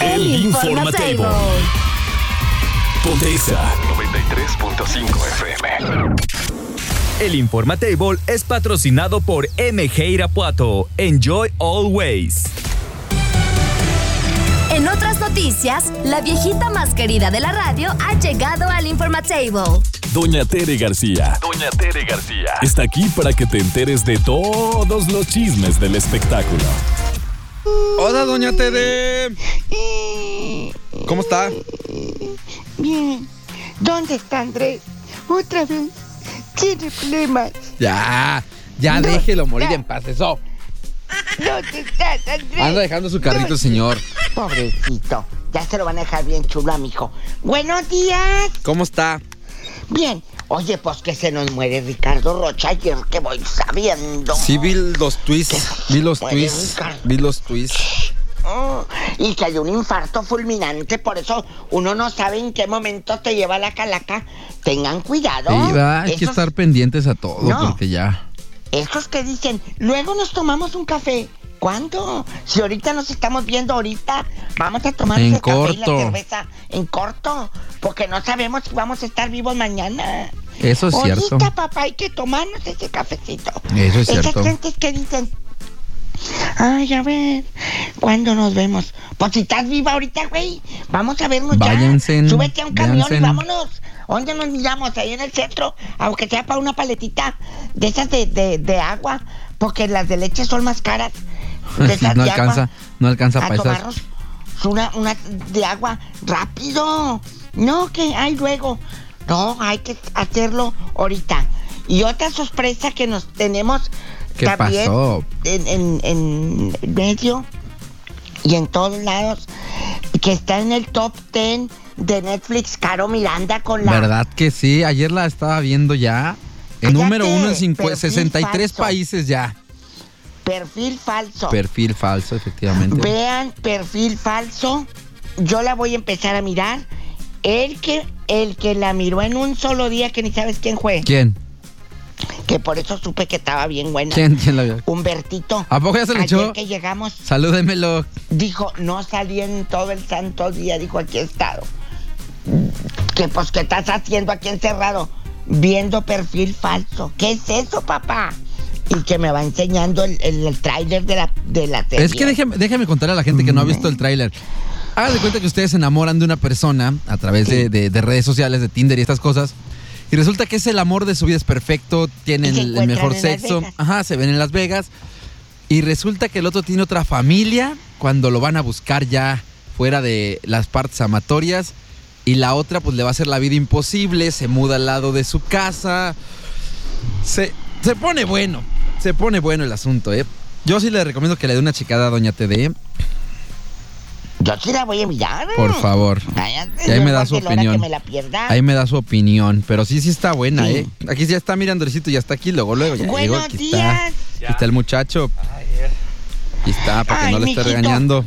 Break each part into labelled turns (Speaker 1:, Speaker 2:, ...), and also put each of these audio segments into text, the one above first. Speaker 1: El Informatable. Ponte Exa.
Speaker 2: 93.5 FM.
Speaker 3: El Informatable es patrocinado por MG Irapuato. Enjoy always.
Speaker 4: En otras noticias, la viejita más querida de la radio ha llegado al Informatable.
Speaker 1: Doña Tere García
Speaker 2: Doña Tere García.
Speaker 1: está aquí para que te enteres de todos los chismes del espectáculo.
Speaker 5: Hola, doña Tere. ¿Cómo está?
Speaker 6: Eh, Bien, ¿dónde está Andrés? Otra vez tiene problemas.
Speaker 5: Ya, ya
Speaker 6: No,
Speaker 5: Ah, déjelo morir
Speaker 6: ya.
Speaker 5: en paz, eso.
Speaker 6: ¿Dónde estás, Andrés?
Speaker 5: Anda dejando su carrito,
Speaker 6: ¿Dónde?
Speaker 5: señor.
Speaker 6: Pobrecito, ya se lo van a dejar bien chulo a mi hijo. Buenos días.
Speaker 5: ¿Cómo está?
Speaker 6: Bien, oye, pues que se nos muere Ricardo Rocha y el que voy sabiendo.
Speaker 5: Sí, vi los twists. Vi los
Speaker 6: Puede
Speaker 5: twists.
Speaker 6: buscar.
Speaker 5: Vi los twists.
Speaker 6: Oh, y que hay un infarto fulminante, por eso uno no sabe en qué momento te lleva la calaca. Tengan cuidado.
Speaker 5: Sí, va, hay que
Speaker 6: Esos-
Speaker 5: estar pendientes a todo
Speaker 6: No.
Speaker 5: porque ya.
Speaker 6: Esos que dicen, luego nos tomamos un café. ¿Cuándo? Si ahorita nos estamos viendo, ahorita vamos a tomar
Speaker 5: En
Speaker 6: ese café y la
Speaker 5: corto.
Speaker 6: cerveza en corto, porque no sabemos si vamos a estar vivos mañana.
Speaker 5: Eso es
Speaker 6: ahorita,
Speaker 5: cierto.
Speaker 6: papá, hay que tomarnos ese cafecito.
Speaker 5: Eso es
Speaker 6: Esas
Speaker 5: cierto.
Speaker 6: gentes que dicen, ay, a ver, ¿cuándo nos vemos? Pues si estás viva ahorita, güey, vamos a vernos
Speaker 5: Váyanse,
Speaker 6: ya. Súbete a un camión
Speaker 5: véanse.
Speaker 6: y vámonos. ¿Dónde nos miramos? Ahí en el centro, aunque sea para una paletita de esas de, de- de agua, porque las de leche son más caras. De
Speaker 5: Sí,
Speaker 6: esas
Speaker 5: no
Speaker 6: de agua.
Speaker 5: alcanza, no alcanza
Speaker 6: A
Speaker 5: para esas.
Speaker 6: tomarnos una, una de agua rápido. No, que hay luego. No, hay que hacerlo ahorita. Y otra sorpresa que nos tenemos
Speaker 5: ¿Qué
Speaker 6: también
Speaker 5: pasó?
Speaker 6: En, en, en medio y en todos lados, que está en el top 10 de Netflix, Caro Miranda con la...
Speaker 5: ¿Verdad que sí? Ayer la estaba viendo ya. En
Speaker 6: Cállate,
Speaker 5: número uno en
Speaker 6: perfil
Speaker 5: cincu- 63
Speaker 6: falso.
Speaker 5: países ya.
Speaker 6: Perfil falso.
Speaker 5: Perfil falso, efectivamente.
Speaker 6: Vean perfil falso. Yo la voy a empezar a mirar. El que, el que la miró en un solo día, que ni sabes quién fue.
Speaker 5: ¿Quién?
Speaker 6: Que por eso supe que estaba bien buena.
Speaker 5: ¿Quién? ¿Quién la vio?
Speaker 6: Humbertito.
Speaker 5: ¿A poco ya se lo
Speaker 6: Ayer
Speaker 5: echó?
Speaker 6: que llegamos,
Speaker 5: Salúdemelo.
Speaker 6: dijo, no salí en todo el santo día. Dijo, aquí he estado. Que pues, ¿qué estás haciendo aquí encerrado? Viendo perfil falso. ¿Qué es eso, papá? Y que me va enseñando el, el, el tráiler de la, de la serie.
Speaker 5: Es que déjame, déjame contarle a la gente que no ha visto el tráiler. Hagan de cuenta que ustedes se enamoran de una persona a través de, de- de redes sociales, de Tinder y estas cosas. Y resulta que es el amor de su vida, es perfecto,
Speaker 6: Y
Speaker 5: tienen
Speaker 6: se
Speaker 5: el, el
Speaker 6: encuentran
Speaker 5: mejor
Speaker 6: en Las
Speaker 5: sexo.
Speaker 6: Vegas.
Speaker 5: Ajá, se ven en Las Vegas. Y resulta que el otro tiene otra familia cuando lo van a buscar ya fuera de las partes amatorias. Y la otra pues le va a hacer la vida imposible, se muda al lado de su casa. Se, se pone bueno, se pone bueno el asunto, ¿eh? Yo sí le recomiendo que le dé una chicada a Doña TD,
Speaker 6: Yo sí la voy a mirar.
Speaker 5: por favor.
Speaker 6: Cállate,
Speaker 5: Y ahí
Speaker 6: yo
Speaker 5: me da
Speaker 6: igual
Speaker 5: su
Speaker 6: que Lora,
Speaker 5: opinión.
Speaker 6: que me la pierda.
Speaker 5: Ahí me da su opinión, pero sí, sí está buena,
Speaker 6: Sí.
Speaker 5: ¿eh? Aquí ya está mirando Andresito, ya está aquí, luego, luego. Ya
Speaker 6: Buenos
Speaker 5: llegó, aquí
Speaker 6: días.
Speaker 5: Está, aquí está el muchacho. Aquí está, para que
Speaker 6: Ay,
Speaker 5: no le esté
Speaker 6: mijito.
Speaker 5: regañando.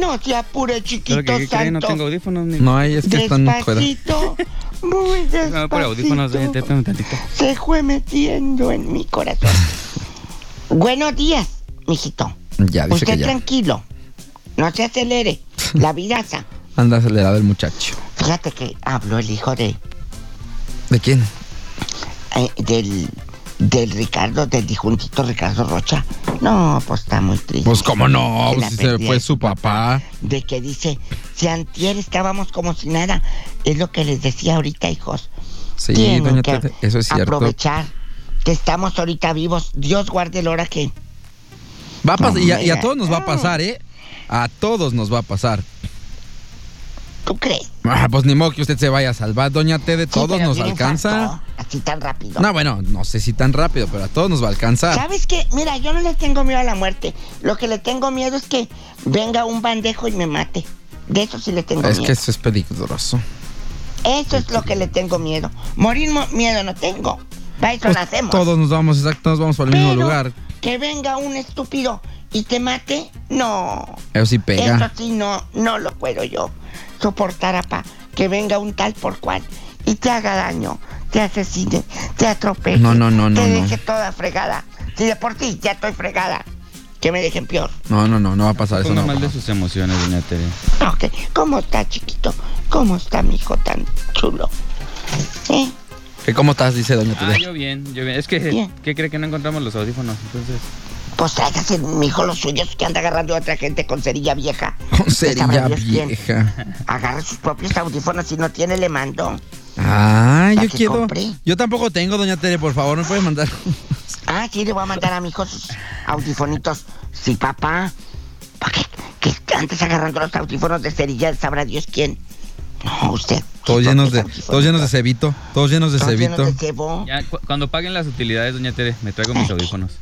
Speaker 6: No se apure, chiquito
Speaker 7: Claro que, ¿qué cree?
Speaker 6: santo.
Speaker 7: No tengo audífonos ni.
Speaker 5: No, ahí es que están fuera.
Speaker 6: Despacito, muy despacito.
Speaker 7: No, por audífonos, eh, te- espérame tantito.
Speaker 6: Se fue metiendo en mi corazón. Buenos días, mijito.
Speaker 5: Ya, Ah, dice
Speaker 6: Usted
Speaker 5: que ya.
Speaker 6: tranquilo. No se acelere. La vidaza.
Speaker 5: Anda acelerado el muchacho.
Speaker 6: Fíjate que habló el hijo de
Speaker 5: ¿De quién?
Speaker 6: eh, del, del Ricardo, del dijuntito Ricardo Rocha. No, pues está muy triste.
Speaker 5: Pues cómo no,
Speaker 6: Que
Speaker 5: pues
Speaker 6: la
Speaker 5: si se
Speaker 6: perdí
Speaker 5: fue
Speaker 6: a
Speaker 5: su papá.
Speaker 6: de que dice, si antier estábamos como si nada, es lo que les decía ahorita, hijos.
Speaker 5: Sí,
Speaker 6: Tienen
Speaker 5: doña
Speaker 6: que
Speaker 5: Tete, eso es cierto.
Speaker 6: Aprovechar que estamos ahorita vivos. Dios guarde el hora que...
Speaker 5: Va a pas- y, a, y a
Speaker 6: Hombre.
Speaker 5: todos nos va a pasar, ¿eh? A todos nos va a pasar.
Speaker 6: ¿Tú crees?
Speaker 5: Ah, pues ni modo que usted se vaya a salvar, doña T, de todos
Speaker 6: Sí, pero
Speaker 5: nos
Speaker 6: de un
Speaker 5: alcanza.
Speaker 6: infarto, Así tan rápido.
Speaker 5: No, bueno, no sé si tan rápido, pero a todos nos va a alcanzar.
Speaker 6: ¿Sabes qué? Mira, yo no le tengo miedo a la muerte. Lo que le tengo miedo es que venga un bandejo y me mate. De eso sí le tengo
Speaker 5: Es que
Speaker 6: miedo.
Speaker 5: eso es peligroso.
Speaker 6: Eso es lo que le tengo miedo. Morir mo- miedo no tengo. Para eso
Speaker 5: Pues
Speaker 6: nacemos.
Speaker 5: todos nos vamos, exacto, nos vamos para el
Speaker 6: Pero
Speaker 5: mismo lugar.
Speaker 6: Que venga un estúpido y te mate, no.
Speaker 5: Eso sí
Speaker 6: Eso
Speaker 5: pega.
Speaker 6: sí, no, no lo puedo yo soportar, apa. Que venga un tal por cual y te haga daño, te asesine, te atropelle.
Speaker 5: No, no, no, no,
Speaker 6: Te
Speaker 5: no.
Speaker 6: deje toda fregada. Si de por ti ya estoy fregada, que me dejen peor.
Speaker 5: No, no, no, no va a pasar eso.
Speaker 3: Ponga
Speaker 5: No, va a
Speaker 3: mal de
Speaker 5: pasar.
Speaker 3: sus emociones, doña Tere.
Speaker 6: Ok, ¿cómo está, chiquito? ¿Cómo está mi hijo tan chulo? ¿Eh?
Speaker 5: ¿Qué, ¿Cómo estás? Dice doña
Speaker 3: Ah,
Speaker 5: Tere.
Speaker 3: yo bien, yo bien. Es que,
Speaker 6: Bien.
Speaker 3: ¿qué cree que no encontramos los audífonos? Entonces,
Speaker 6: Pues tráigase, mi hijo, los suyos que anda agarrando a otra gente con cerilla vieja.
Speaker 5: Con
Speaker 6: Que sabrá
Speaker 5: cerilla
Speaker 6: Dios quién.
Speaker 5: vieja.
Speaker 6: Agarre sus propios audífonos, si no tiene, le mando.
Speaker 5: Ah,
Speaker 6: ¿Para
Speaker 5: yo
Speaker 6: que
Speaker 5: quiero.
Speaker 6: compre?
Speaker 5: Yo tampoco tengo, doña Tere, por favor, me puede mandar.
Speaker 6: Ah, sí, le voy a mandar a mi hijo sus audifonitos. Sí, papá. ¿Para qué? Que antes agarrando los audífonos de cerilla, sabrá Dios quién. No, usted.
Speaker 5: Todos
Speaker 6: sus
Speaker 5: llenos
Speaker 6: propios
Speaker 5: de,
Speaker 6: audífonos.
Speaker 5: todos llenos de cebito, todos llenos de
Speaker 6: Todos llenos
Speaker 5: cebito.
Speaker 6: de cebo.
Speaker 3: ya cu- cuando paguen las utilidades, doña Tere, me traigo mis audífonos.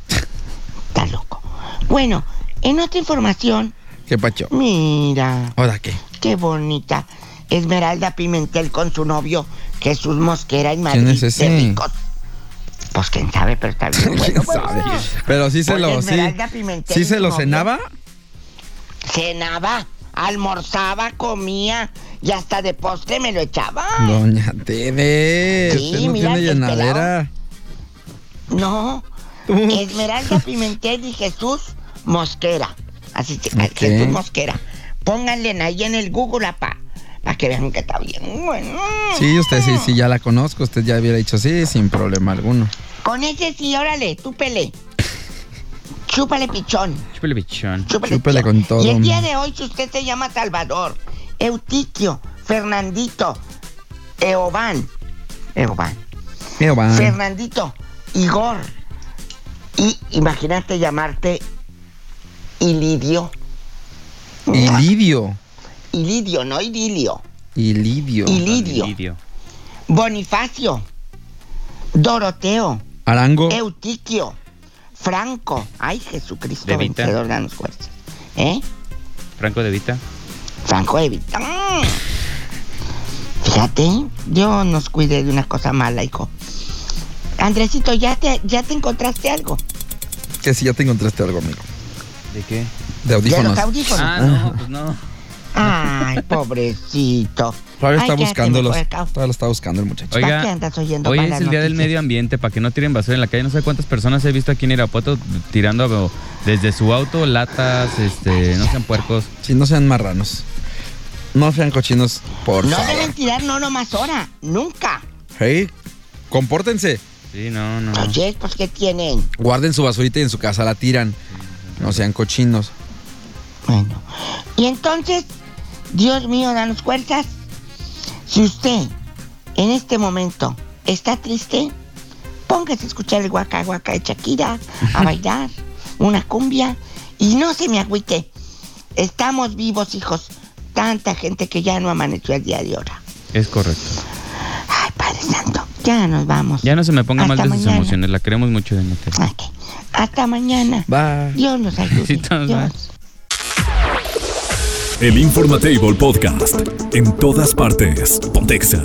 Speaker 6: Está loco. Bueno, en otra información,
Speaker 5: ¿Qué pacho?
Speaker 6: mira.
Speaker 5: ¿Ahora qué?
Speaker 6: Qué bonita. Esmeralda Pimentel con su novio Jesús Mosquera en Madrid.
Speaker 5: ¿Quién es ese?
Speaker 6: de ricos. Pues quién sabe, pero está bien. bueno,
Speaker 5: ¿Quién sabe? Pero sí se
Speaker 6: Oye,
Speaker 5: lo, sí,
Speaker 6: Esmeralda Pimentel,
Speaker 5: sí se lo
Speaker 6: novio.
Speaker 5: cenaba.
Speaker 6: Cenaba, almorzaba, comía y hasta de postre me lo echaba. No,
Speaker 5: Doña Tere,
Speaker 6: Sí,
Speaker 5: usted no
Speaker 6: mira,
Speaker 5: tiene
Speaker 6: qué
Speaker 5: llenadera.
Speaker 6: Esmeralda Pimentel y Jesús Mosquera. Así se
Speaker 5: Ok.
Speaker 6: Jesús Mosquera. Pónganle ahí en el Google, pa, para que vean que está bien. Bueno.
Speaker 5: Sí, usted sí, sí, ya la conozco. Usted ya hubiera dicho sí, sin problema alguno.
Speaker 6: Con ese sí, órale, túpele. Chúpale pichón.
Speaker 3: Chúpele bichón.
Speaker 6: Chúpele,
Speaker 5: Chúpele
Speaker 6: pichón.
Speaker 5: con todo.
Speaker 6: Y el día de hoy, si usted se llama Salvador, Eutiquio, Fernandito, Eobán, Eobán,
Speaker 5: Mira, va.
Speaker 6: Fernandito, Igor. Y imagínate llamarte Ilidio. Ah,
Speaker 5: Ilidio.
Speaker 6: Ilidio, no Idilio.
Speaker 5: Ilidio.
Speaker 6: Ilidio. Bonifacio. Doroteo.
Speaker 5: Arango.
Speaker 6: Eutiquio, Franco, ay Jesucristo,
Speaker 3: De Vita.
Speaker 6: vencedor, danos fuerza. ¿Eh?
Speaker 3: Franco de Vita.
Speaker 6: Franco de Vita. Mm. Fíjate, Dios nos cuide de una cosa mala, hijo. Andresito, ¿ya te, ya te encontraste algo?
Speaker 5: Que si ya te encontraste algo, amigo.
Speaker 3: ¿De qué?
Speaker 5: De
Speaker 6: De
Speaker 5: audífonos.
Speaker 6: los audífonos.
Speaker 3: Ah, no, pues no.
Speaker 6: Ay, pobrecito.
Speaker 5: Todavía está
Speaker 6: Ay, ya te me
Speaker 5: buscándolos.
Speaker 6: fue el cabo.
Speaker 5: Todavía lo está buscando el muchacho.
Speaker 6: ¿Para qué
Speaker 3: Oiga,
Speaker 6: andas oyendo
Speaker 3: hoy
Speaker 6: malas
Speaker 3: es el día del
Speaker 6: noticias?
Speaker 3: medio ambiente, para que no tiren basura en la calle. No sé cuántas personas he visto aquí en Irapuato tirando desde su auto latas, este, no sean puercos.
Speaker 5: Si no sean marranos. No sean cochinos, por
Speaker 6: No deben
Speaker 5: favor.
Speaker 6: tirar no nomás ahora, nunca.
Speaker 5: Hey, compórtense.
Speaker 3: Sí, no, no.
Speaker 6: Oye, pues ¿qué tienen?
Speaker 5: Guarden su basurita y en su casa la tiran. No sean cochinos.
Speaker 6: Bueno, y entonces, Dios mío, danos fuerzas. Si usted en este momento está triste, póngase a escuchar el guaca guaca de Shakira, a bailar una cumbia y no se me agüite. Estamos vivos, hijos. Tanta gente que ya no amaneció al día de hora.
Speaker 3: Es correcto.
Speaker 6: Ay, Padre Santo, ya nos vamos.
Speaker 3: Ya no se me ponga mal
Speaker 6: Hasta
Speaker 3: de sus
Speaker 6: mañana.
Speaker 3: emociones, la queremos mucho, doña Tere.
Speaker 6: Ok. Hasta mañana.
Speaker 5: Va.
Speaker 6: Dios nos ayude.
Speaker 3: Sí, todos van.
Speaker 6: Dios.
Speaker 1: El Informatable Podcast. En todas partes. Pontexa.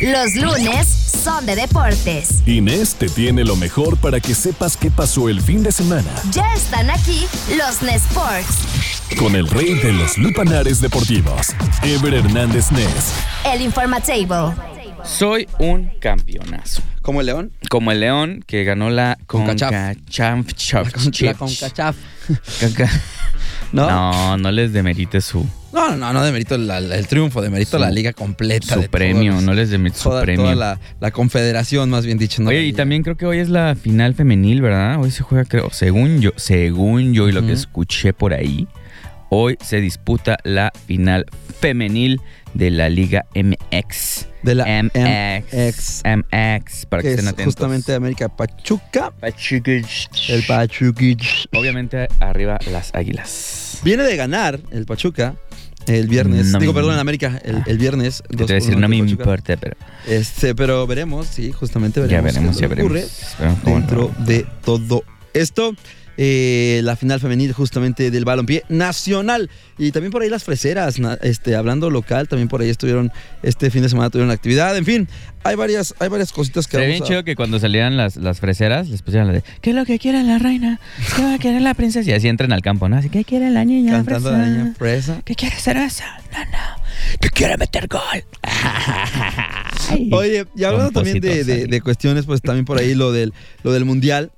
Speaker 4: Los lunes son de deportes.
Speaker 1: Inés te tiene lo mejor para que sepas qué pasó el fin de semana
Speaker 4: Ya están aquí los Nesports.
Speaker 1: con el rey de los lupanares deportivos, Ever Hernández Ness.
Speaker 4: El Informatable.
Speaker 3: Soy un campeonazo.
Speaker 5: ¿Como el león?
Speaker 3: Como el León que ganó la
Speaker 5: Concachaf.
Speaker 3: Concachaf.
Speaker 5: La concachaf.
Speaker 3: Conca-
Speaker 5: ¿No?
Speaker 3: No, no les demerite su,
Speaker 5: No, no, no, demerito la- la- el triunfo, demerito
Speaker 3: Su-
Speaker 5: la liga completa.
Speaker 3: su
Speaker 5: de
Speaker 3: premio,
Speaker 5: todos los-
Speaker 3: no les demerite su
Speaker 5: toda,
Speaker 3: premio.
Speaker 5: toda la, la confederación, más bien dicho. ¿no?
Speaker 3: Oye,
Speaker 5: La
Speaker 3: y
Speaker 5: liga.
Speaker 3: también creo que hoy es la final femenil, ¿verdad? Hoy se juega, creo, según yo, según yo y lo que
Speaker 5: Ujú.
Speaker 3: escuché por ahí, Hoy se disputa la final femenil de la Liga MX.
Speaker 5: De la
Speaker 3: MX.
Speaker 5: MX,
Speaker 3: MX, para que,
Speaker 5: que
Speaker 3: estén
Speaker 5: es
Speaker 3: atentos.
Speaker 5: justamente de América Pachuca.
Speaker 3: Pachuca.
Speaker 5: El Pachuca.
Speaker 3: Obviamente arriba las águilas.
Speaker 5: Viene de ganar el Pachuca el viernes.
Speaker 3: No
Speaker 5: Digo,
Speaker 3: me-
Speaker 5: perdón, el América el, el viernes.
Speaker 3: Te voy a
Speaker 5: dos por
Speaker 3: decir,
Speaker 5: uno
Speaker 3: no me
Speaker 5: ante Pachuca.
Speaker 3: importa, pero
Speaker 5: Este, pero veremos, sí, justamente
Speaker 3: ya
Speaker 5: veremos. qué es
Speaker 3: veremos,
Speaker 5: lo
Speaker 3: ya
Speaker 5: que
Speaker 3: veremos.
Speaker 5: ocurre
Speaker 3: Veremos cómo nos
Speaker 5: dentro
Speaker 3: va.
Speaker 5: de todo esto. eh, la final femenil justamente del balompié nacional y también por ahí las freseras na- este hablando local también por ahí estuvieron este fin de semana tuvieron actividad en fin hay varias hay varias cositas que
Speaker 3: Sería bien
Speaker 5: vamos a-
Speaker 3: chido que cuando salieran las, las freseras les pusieran la de ¿Qué es lo que quiere la reina? ¿Qué va a querer la princesa? Y así entran al campo, ¿no? Así, ¿qué quiere la niña?
Speaker 5: cantando la
Speaker 3: fresa?
Speaker 5: niña presa
Speaker 3: ¿Qué quiere hacer esa? No, no. ¿Qué quiere meter gol?
Speaker 5: Oye, y hablando también de,
Speaker 3: Compositos
Speaker 5: de-
Speaker 3: ahí.
Speaker 5: de cuestiones, pues también por ahí lo del, lo del mundial.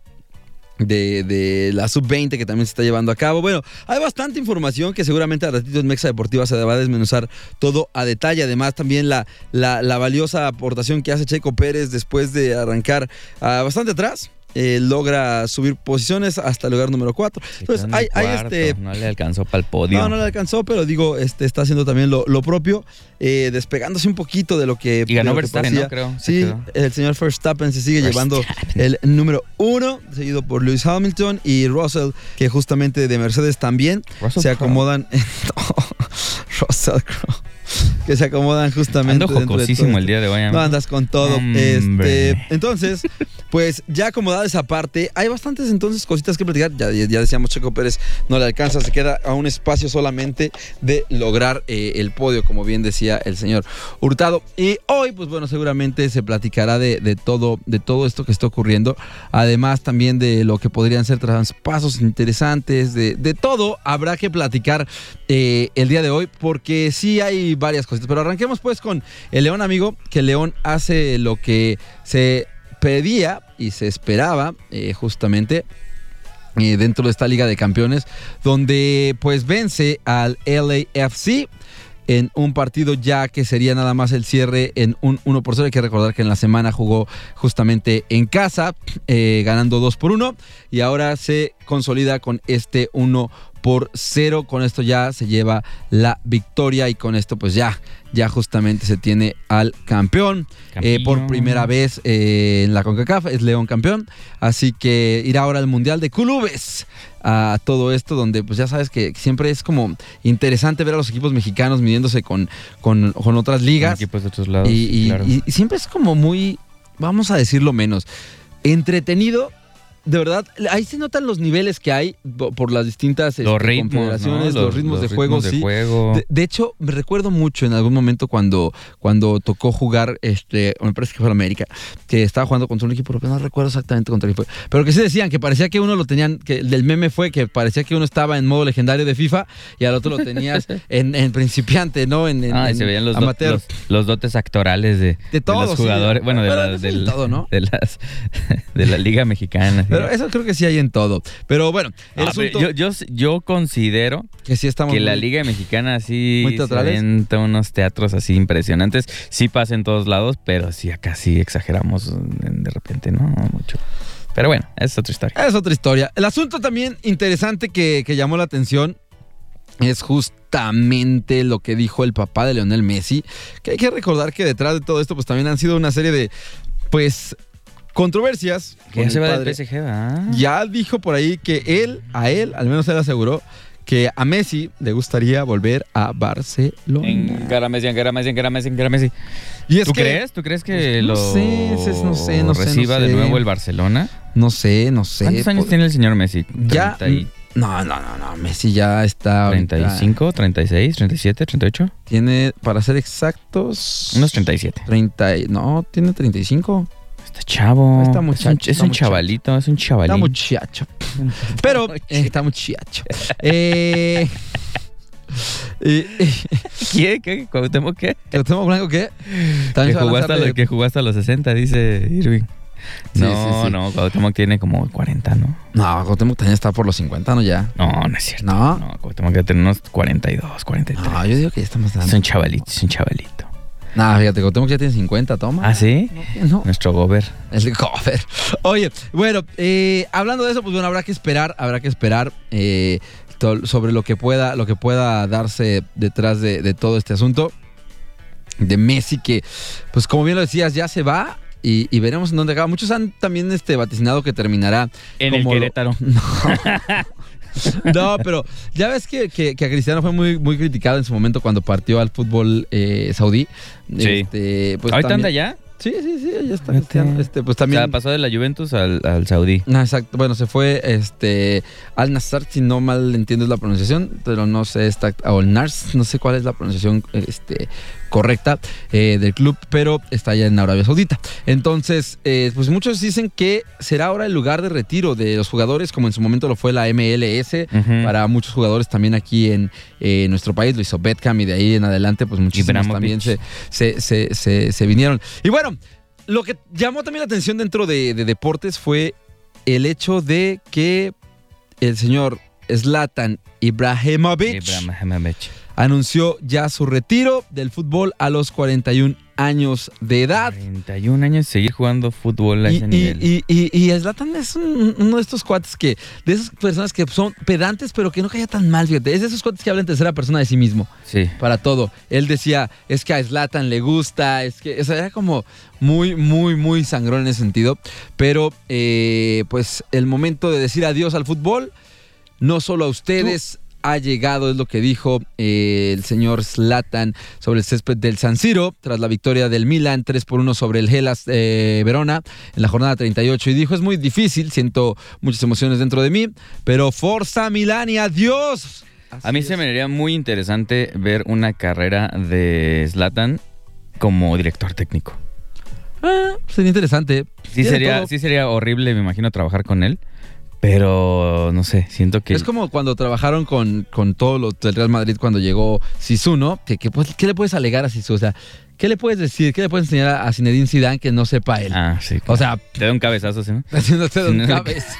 Speaker 5: De, de la sub-20 que también se está llevando a cabo. Bueno, hay bastante información que seguramente a ratitos Mexa Deportiva se va a desmenuzar todo a detalle. Además, también la, la, la valiosa aportación que hace Checo Pérez después de arrancar ah, bastante atrás. eh, logra subir posiciones hasta el lugar número 4. Entonces, hay, hay este,
Speaker 3: No le alcanzó para el podio.
Speaker 5: no, no le alcanzó, pero digo, este está haciendo también lo, lo propio, eh, despegándose un poquito de lo que.
Speaker 3: Y ganó
Speaker 5: de lo que
Speaker 3: Verstappen,
Speaker 5: parecía.
Speaker 3: ¿no? Creo, se
Speaker 5: Sí,
Speaker 3: quedó.
Speaker 5: el señor Verstappen se sigue llevando el número uno, seguido por Lewis Hamilton y Russell, que justamente de Mercedes también
Speaker 3: Russell
Speaker 5: se
Speaker 3: Crowe.
Speaker 5: acomodan. No, Russell Crowe. Que se acomodan justamente.
Speaker 3: Ando
Speaker 5: dentro de todo este
Speaker 3: jocosísimo el
Speaker 5: esto.
Speaker 3: día de hoy.
Speaker 5: No
Speaker 3: amigo.
Speaker 5: andas con todo.
Speaker 3: Hombre.
Speaker 5: Este, entonces, pues ya acomodada esa parte, hay bastantes entonces cositas que platicar. Ya, ya decíamos, Checo Pérez no le alcanza, se queda a un espacio solamente de lograr eh, el podio, como bien decía el señor Hurtado. Y hoy, pues bueno, seguramente se platicará de, de todo, de todo esto que está ocurriendo. Además también de lo que podrían ser traspasos interesantes, de, de todo habrá que platicar eh, el día de hoy, porque sí hay varias cositas. Pero arranquemos pues con el León, amigo, que León hace lo que se pedía y se esperaba eh, justamente eh, dentro de esta Liga de Campeones, donde pues vence al LAFC en un partido ya que sería nada más el cierre en un 1 por 0. Hay que recordar que en la semana jugó justamente en casa, eh, ganando 2 por 1 y ahora se consolida con este 1 por 0. Con esto ya se lleva la victoria y con esto pues ya, ya justamente se tiene al campeón. Eh, por
Speaker 3: Campeón.
Speaker 5: primera vez eh, en la CONCACAF es León campeón. Así que irá ahora al Mundial de Clubes a todo esto donde pues ya sabes que siempre es como interesante ver a los equipos mexicanos midiéndose con, con, con otras
Speaker 3: Con
Speaker 5: ligas.
Speaker 3: equipos de otros lados.
Speaker 5: Y, y-
Speaker 3: claro.
Speaker 5: y siempre es como muy, vamos a decirlo menos, entretenido. De verdad, ahí se notan los niveles que hay po- por las distintas
Speaker 3: los
Speaker 5: este,
Speaker 3: ritmos, ¿no?
Speaker 5: confederaciones, los, ritmos de juego,
Speaker 3: de
Speaker 5: sí.
Speaker 3: juego.
Speaker 5: De, de hecho, me recuerdo mucho en algún momento cuando, cuando tocó jugar, este, me parece que fue la América, que estaba jugando contra un equipo, pero no recuerdo exactamente contra quién fue. Pero que sí decían que parecía que uno lo tenían, que el del meme fue que parecía que uno estaba en modo legendario de FIFA y al otro lo tenías en, en principiante, ¿no? En, en-
Speaker 3: Ah, y
Speaker 5: en
Speaker 3: se veían los, do-
Speaker 5: amateur.
Speaker 3: los, los dotes actorales de,
Speaker 5: De todo,
Speaker 3: los
Speaker 5: sí.
Speaker 3: jugadores. Bueno, de,
Speaker 5: Pero
Speaker 3: la,
Speaker 5: eso sí,
Speaker 3: del-
Speaker 5: todo, ¿no?
Speaker 3: de las de la Liga Mexicana.
Speaker 5: Pero
Speaker 3: sí.
Speaker 5: eso creo que sí hay en todo. Pero bueno, el
Speaker 3: Ah,
Speaker 5: asunto
Speaker 3: pero yo, yo, yo considero
Speaker 5: que sí estamos.
Speaker 3: que la
Speaker 5: muy-
Speaker 3: Liga Mexicana así
Speaker 5: ¿Muy teatrales?
Speaker 3: avienta unos teatros así impresionantes. Sí pasa en todos lados, pero sí acá sí exageramos eh, de repente, ¿no? Mucho. Pero bueno, es otra historia.
Speaker 5: Es otra historia. El asunto también interesante que, que llamó la atención es justamente lo que dijo el papá de Leonel Messi. Que hay que recordar que detrás de todo esto, pues también han sido una serie de, pues, controversias.
Speaker 3: Que
Speaker 5: con
Speaker 3: ya se
Speaker 5: el
Speaker 3: va
Speaker 5: padre.
Speaker 3: del PSG, ¿verdad?
Speaker 5: Ya dijo por ahí que él, a él, al menos él aseguró que a Messi le gustaría volver a Barcelona.
Speaker 3: En Messi, en Messi, en Messi, en Messi.
Speaker 5: Y es
Speaker 3: ¿Tú
Speaker 5: que-
Speaker 3: crees? ¿Tú crees que
Speaker 5: Pues, no
Speaker 3: lo
Speaker 5: sé, es- no sé, no sé, no
Speaker 3: reciba
Speaker 5: sé.
Speaker 3: de nuevo el Barcelona?
Speaker 5: No sé, no sé.
Speaker 3: ¿Cuántos años
Speaker 5: po-
Speaker 3: tiene el señor Messi?
Speaker 5: Ya.
Speaker 3: ¿Treinta y-
Speaker 5: No, no, no, no. Messi ya está. ahorita-
Speaker 3: ¿35, 36, 37, 38?
Speaker 5: Tiene, para ser exactos.
Speaker 3: Unos 37.
Speaker 5: 30, y- no, tiene 35.
Speaker 3: Está chavo.
Speaker 5: Está
Speaker 3: Es un,
Speaker 5: muchacho,
Speaker 3: es
Speaker 5: está
Speaker 3: un
Speaker 5: muchacho.
Speaker 3: chavalito, es un
Speaker 5: Está
Speaker 3: chavalín.
Speaker 5: muchacho. Pero eh, está muchacho. Eh, eh, eh,
Speaker 3: ¿Qué? ¿Qué? ¿Cuauhtémoc qué?
Speaker 5: ¿Cuauhtémoc Blanco qué?
Speaker 3: Que
Speaker 5: se va a
Speaker 3: jugó, hasta
Speaker 5: lanzar
Speaker 3: los,
Speaker 5: de-
Speaker 3: que jugó hasta los 60, dice Irving.
Speaker 5: Sí,
Speaker 3: no,
Speaker 5: sí, sí.
Speaker 3: no, Cuauhtémoc tiene como 40, ¿no?
Speaker 5: No, Cuauhtémoc también está por los 50, ¿no? Ya.
Speaker 3: No, no es cierto.
Speaker 5: No.
Speaker 3: No, Cuauhtémoc debe tener unos 42, 43.
Speaker 5: Ah, No, yo digo que ya está más
Speaker 3: es
Speaker 5: grande.
Speaker 3: un chavalito, es un chavalito.
Speaker 5: No, fíjate, Cuauhtémoc ya tiene 50, toma. Eh,
Speaker 3: ¿Ah, sí?
Speaker 5: No,
Speaker 3: Nuestro gober.
Speaker 5: El cover. Oye, bueno, eh, hablando de eso, pues bueno, habrá que esperar, habrá que esperar eh, to- sobre lo que pueda, lo que pueda darse detrás de, de todo este asunto de Messi, que, pues como bien lo decías, ya se va. Y, y veremos en dónde acaba. Muchos han también este vaticinado que terminará
Speaker 3: En el
Speaker 5: como lo-
Speaker 3: Querétaro.
Speaker 5: no, pero ya ves que, que- que a Cristiano fue muy, muy criticado en su momento cuando partió al fútbol eh, saudí.
Speaker 3: Sí.
Speaker 5: Este, pues
Speaker 3: ¿Ahorita anda
Speaker 5: también-
Speaker 3: allá?
Speaker 5: Sí, sí, sí, ya
Speaker 3: Fíjate.
Speaker 5: está Cristiano. Este,
Speaker 3: O
Speaker 5: pues también.
Speaker 3: sea, pasó de la Juventus al, al Saudí.
Speaker 5: Ah, exacto. Bueno, se fue este Al Nassr, si no mal entiendes la pronunciación, pero no sé esta, o el Nars, no sé cuál es la pronunciación este, correcta eh, del club, pero está allá en Arabia Saudita. Entonces, eh, pues muchos dicen que será ahora el lugar de retiro de los jugadores, como en su momento lo fue la MLS,
Speaker 3: Ujú.
Speaker 5: para muchos jugadores también aquí en eh, nuestro país, lo hizo Betcam y de ahí en adelante, pues muchísimos
Speaker 3: Ibrahimovic.
Speaker 5: también se, se, se- se- se vinieron. Y bueno, lo que llamó también la atención dentro de, de deportes fue el hecho de que el señor Zlatan Ibrahimovic
Speaker 3: Ibrahimovic.
Speaker 5: anunció ya su retiro del fútbol a los 41 años de edad.
Speaker 3: 31 años y seguir jugando fútbol a
Speaker 5: Y,
Speaker 3: ese
Speaker 5: y,
Speaker 3: nivel.
Speaker 5: y, y- y Zlatan es un- uno de estos cuates que, de esas personas que son pedantes, pero que no caía tan mal, fíjate. Es de esos cuates que hablan en tercera persona de sí mismo,
Speaker 3: sí.
Speaker 5: para todo. Él decía, es que a Zlatan le gusta, es que, o sea, era como muy, muy, muy sangrón en ese sentido. Pero, eh, pues, el momento de decir adiós al fútbol, no solo a ustedes. Ha llegado, es lo que dijo eh, el señor Zlatan sobre el césped del San Siro tras la victoria del Milan 3 por 1 sobre el Hellas eh, Verona en la jornada 38 y dijo es muy difícil, siento muchas emociones dentro de mí, pero Forza Milán y adiós.
Speaker 3: A mí
Speaker 5: Así
Speaker 3: se
Speaker 5: es.
Speaker 3: me haría muy interesante ver una carrera de Zlatan como director técnico.
Speaker 5: Ah, sería interesante.
Speaker 3: Sí
Speaker 5: Tiene
Speaker 3: sería,
Speaker 5: todo.
Speaker 3: sí sería horrible, me imagino, trabajar con él. Pero no sé, siento que.
Speaker 5: Es como cuando trabajaron con, con todo lo del Real Madrid cuando llegó Sisu, ¿no? Que, que, pues, ¿Qué le puedes alegar a Sisu? O sea, ¿qué le puedes decir? ¿Qué le puedes enseñar a, a Zinedine Zidane que no sepa él?
Speaker 3: Ah, sí.
Speaker 5: O sea,
Speaker 3: te da un cabezazo, ¿sí? ¿no?
Speaker 5: haciéndote
Speaker 3: Sí,
Speaker 5: dos
Speaker 3: no,
Speaker 5: cabezas.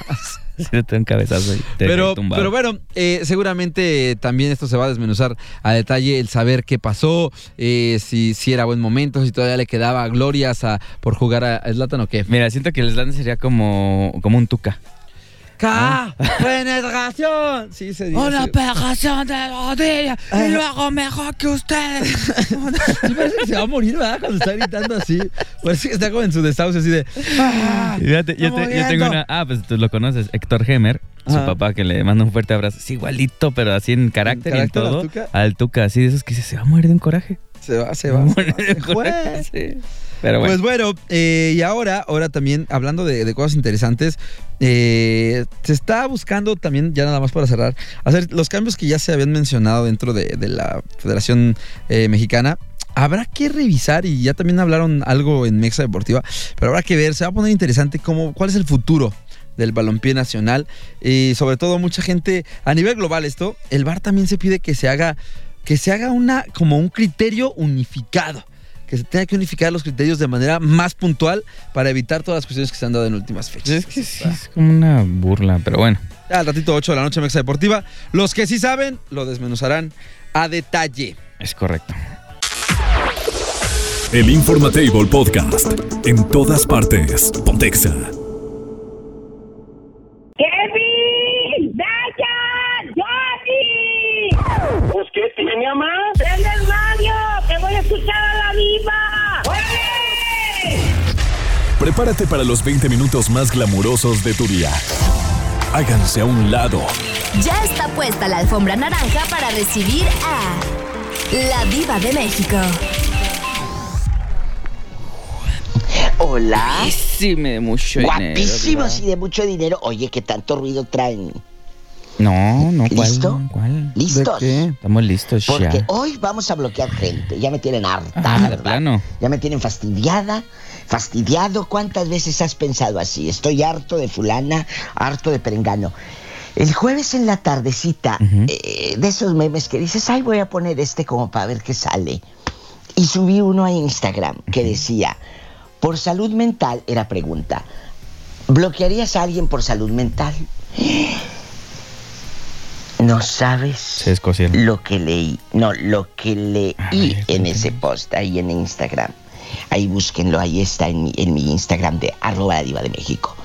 Speaker 3: Sí, te da un cabezazo. y te
Speaker 5: Pero,
Speaker 3: deja tumbado.
Speaker 5: pero bueno, eh, seguramente eh, también esto se va a desmenuzar a detalle el saber qué pasó, eh, si, si era buen momento, si todavía le quedaba glorias a, por jugar a a Zlatan o qué.
Speaker 3: Mira, siento que el Zlatan sería como, como un tuca.
Speaker 5: ¡Ca! ¡Penetración! Sí, se dice.
Speaker 3: pegación de rodilla y luego mejor que ustedes.
Speaker 5: Sí, parece que se va a morir, ¿verdad? Cuando está gritando así. Parece que está como en su desahucio, así de. "Ah".
Speaker 3: Fíjate, yo,
Speaker 5: Está
Speaker 3: te- yo tengo
Speaker 5: moviendo.
Speaker 3: una. Ah, pues tú lo conoces, Héctor Hemer, su
Speaker 5: Ajá.
Speaker 3: papá que le manda un fuerte abrazo. Es igualito, pero así en carácter,
Speaker 5: carácter
Speaker 3: y en
Speaker 5: al
Speaker 3: todo.
Speaker 5: Tuca?
Speaker 3: Al Tuca, así de esos que se, se va a morir de un coraje.
Speaker 5: Se va, se
Speaker 3: Se va a
Speaker 5: va.
Speaker 3: morir de un coraje.
Speaker 5: Pues.
Speaker 3: sí. Pero bueno.
Speaker 5: Pues bueno, eh, y ahora, ahora también, hablando de, de cosas interesantes, eh, se está buscando también, ya nada más para cerrar, hacer los cambios que ya se habían mencionado dentro de, de la Federación eh, Mexicana. Habrá que revisar, y ya también hablaron algo en Mexa Deportiva, pero habrá que ver, se va a poner interesante cómo, cuál es el futuro del balompié nacional y sobre todo mucha gente a nivel global esto, el VAR también se pide que se haga que se haga una como un criterio unificado, que se tenga que unificar los criterios de manera más puntual para evitar todas las cuestiones que se han dado en últimas
Speaker 3: Pues es
Speaker 5: fechas.
Speaker 3: que sí, es como una burla, pero bueno.
Speaker 5: Ya Al ratito 8 de la noche Mexa Deportiva, los que sí saben lo desmenuzarán a detalle.
Speaker 3: Es correcto.
Speaker 1: El Informatable Podcast. En todas partes. Pontexa.
Speaker 8: ¡Kevin! ¡Dayan! ¡Johnny! ¿Pues qué tiene, mamá? ¡Prende el radio! ¡Que voy a escuchar a la viva! ¡Oye!
Speaker 1: Prepárate para los 20 minutos más glamurosos de tu día. Háganse a un lado.
Speaker 4: Ya está puesta la alfombra naranja para recibir a la diva de México.
Speaker 9: Hola.
Speaker 3: Sí, me mucho
Speaker 9: Guapísimos y de mucho dinero. Oye, que tanto ruido traen.
Speaker 3: No, no, ¿cuál?
Speaker 9: ¿Listo?
Speaker 3: ¿Cuál?
Speaker 9: ¿Listos?
Speaker 3: Estamos listos ya.
Speaker 9: Porque hoy vamos a bloquear gente. Ya me tienen harta,
Speaker 3: Ah, de
Speaker 9: ¿verdad?
Speaker 3: plano.
Speaker 9: Ya me tienen fastidiada, fastidiado. ¿Cuántas veces has pensado así? Estoy harto de fulana, harto de perengano. El jueves en la tardecita,
Speaker 3: Ujú.
Speaker 9: eh, de esos memes que dices, ay, voy a poner este como para ver qué sale. Y subí uno a Instagram que decía, por salud mental, era pregunta, ¿bloquearías a alguien por salud mental? No sabes
Speaker 3: Se descosieron.
Speaker 9: lo que leí, no, lo que leí
Speaker 3: A ver,
Speaker 9: en
Speaker 3: cuéntame.
Speaker 9: ese post, ahí en Instagram. Ahí búsquenlo, ahí está en mi, en mi Instagram de arroba la diva de México.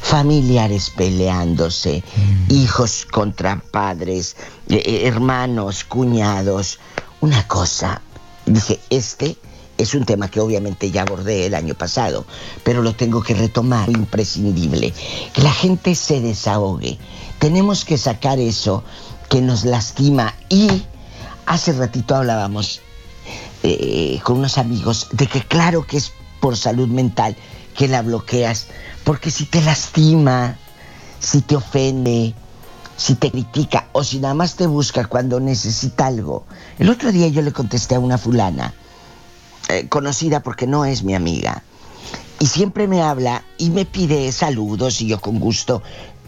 Speaker 9: familiares peleándose, hijos contra padres, eh, hermanos, cuñados. Una cosa, dije, este es un tema que obviamente ya abordé el año pasado, pero lo tengo que retomar, imprescindible. Que la gente se desahogue. Tenemos que sacar eso que nos lastima y hace ratito hablábamos eh, con unos amigos de que claro que es por salud mental que la bloqueas, porque si te lastima, si te ofende, si te critica o si nada más te busca cuando necesita algo. El otro día yo le contesté a una fulana, eh, conocida porque no es mi amiga, y siempre me habla y me pide saludos y yo con gusto.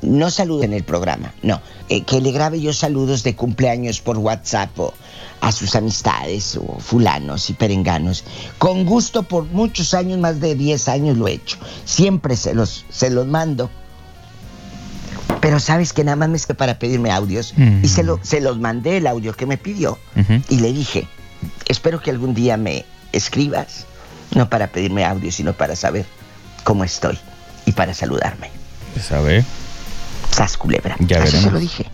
Speaker 9: No saludo en el programa, no. eh, que le grabe yo saludos de cumpleaños por WhatsApp o a sus amistades o fulanos y perenganos. Con gusto por muchos años, más de 10 años lo he hecho. Siempre se los, se los mando. Pero sabes que nada más me es que para pedirme audios. Y se, lo, se los mandé el audio que me pidió.
Speaker 3: Ujú.
Speaker 9: Y le dije, espero que algún día me escribas, no para pedirme audio, sino para saber cómo estoy y para saludarme.
Speaker 3: Pues a ver.
Speaker 9: Sas culebra.
Speaker 3: Ya
Speaker 9: Así
Speaker 3: veremos.
Speaker 9: se lo dije.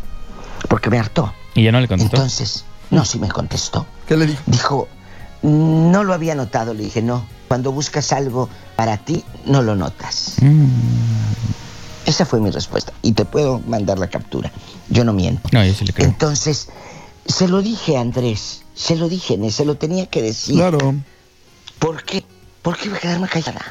Speaker 9: Porque me hartó.
Speaker 3: Y ya no le contestó.
Speaker 9: Entonces, no, si me contestó.
Speaker 5: ¿Qué le dijo?
Speaker 9: Dijo, no lo había notado. Le dije, no, cuando buscas algo para ti, no lo notas.
Speaker 3: Mm.
Speaker 9: Esa fue mi respuesta. Y te puedo mandar la captura. Yo no miento.
Speaker 3: No, yo sí le creo.
Speaker 9: Entonces, se lo dije a Andrés, se lo dije, ne- se lo tenía que decir.
Speaker 5: Claro.
Speaker 9: ¿Por qué? ¿Por qué iba a quedarme callada?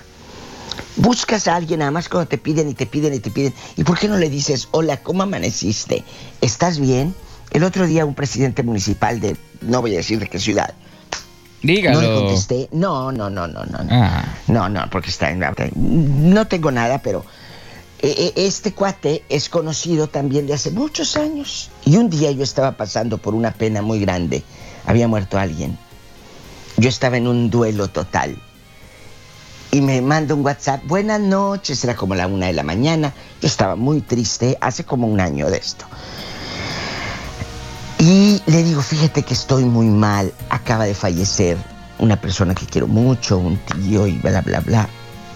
Speaker 9: Buscas a alguien nada más cuando te piden y te piden y te piden. ¿Y por qué no le dices, hola, ¿cómo amaneciste? ¿Estás bien? El otro día un presidente municipal de, no voy a decir de qué ciudad, no
Speaker 3: Dígalo.
Speaker 9: le contesté. No, no, no, no, no. no.
Speaker 3: Ah.
Speaker 9: No, no, porque está en la... No tengo nada, pero eh, eh, este cuate es conocido también de hace muchos años. Y un día yo estaba pasando por una pena muy grande. Había muerto alguien. Yo estaba en un duelo total. Y me manda un WhatsApp, buenas noches, era como la una de la mañana. Yo estaba muy triste, hace como un año de esto. Y le digo, fíjate que estoy muy mal, acaba de fallecer una persona que quiero mucho, un tío y bla, bla, bla.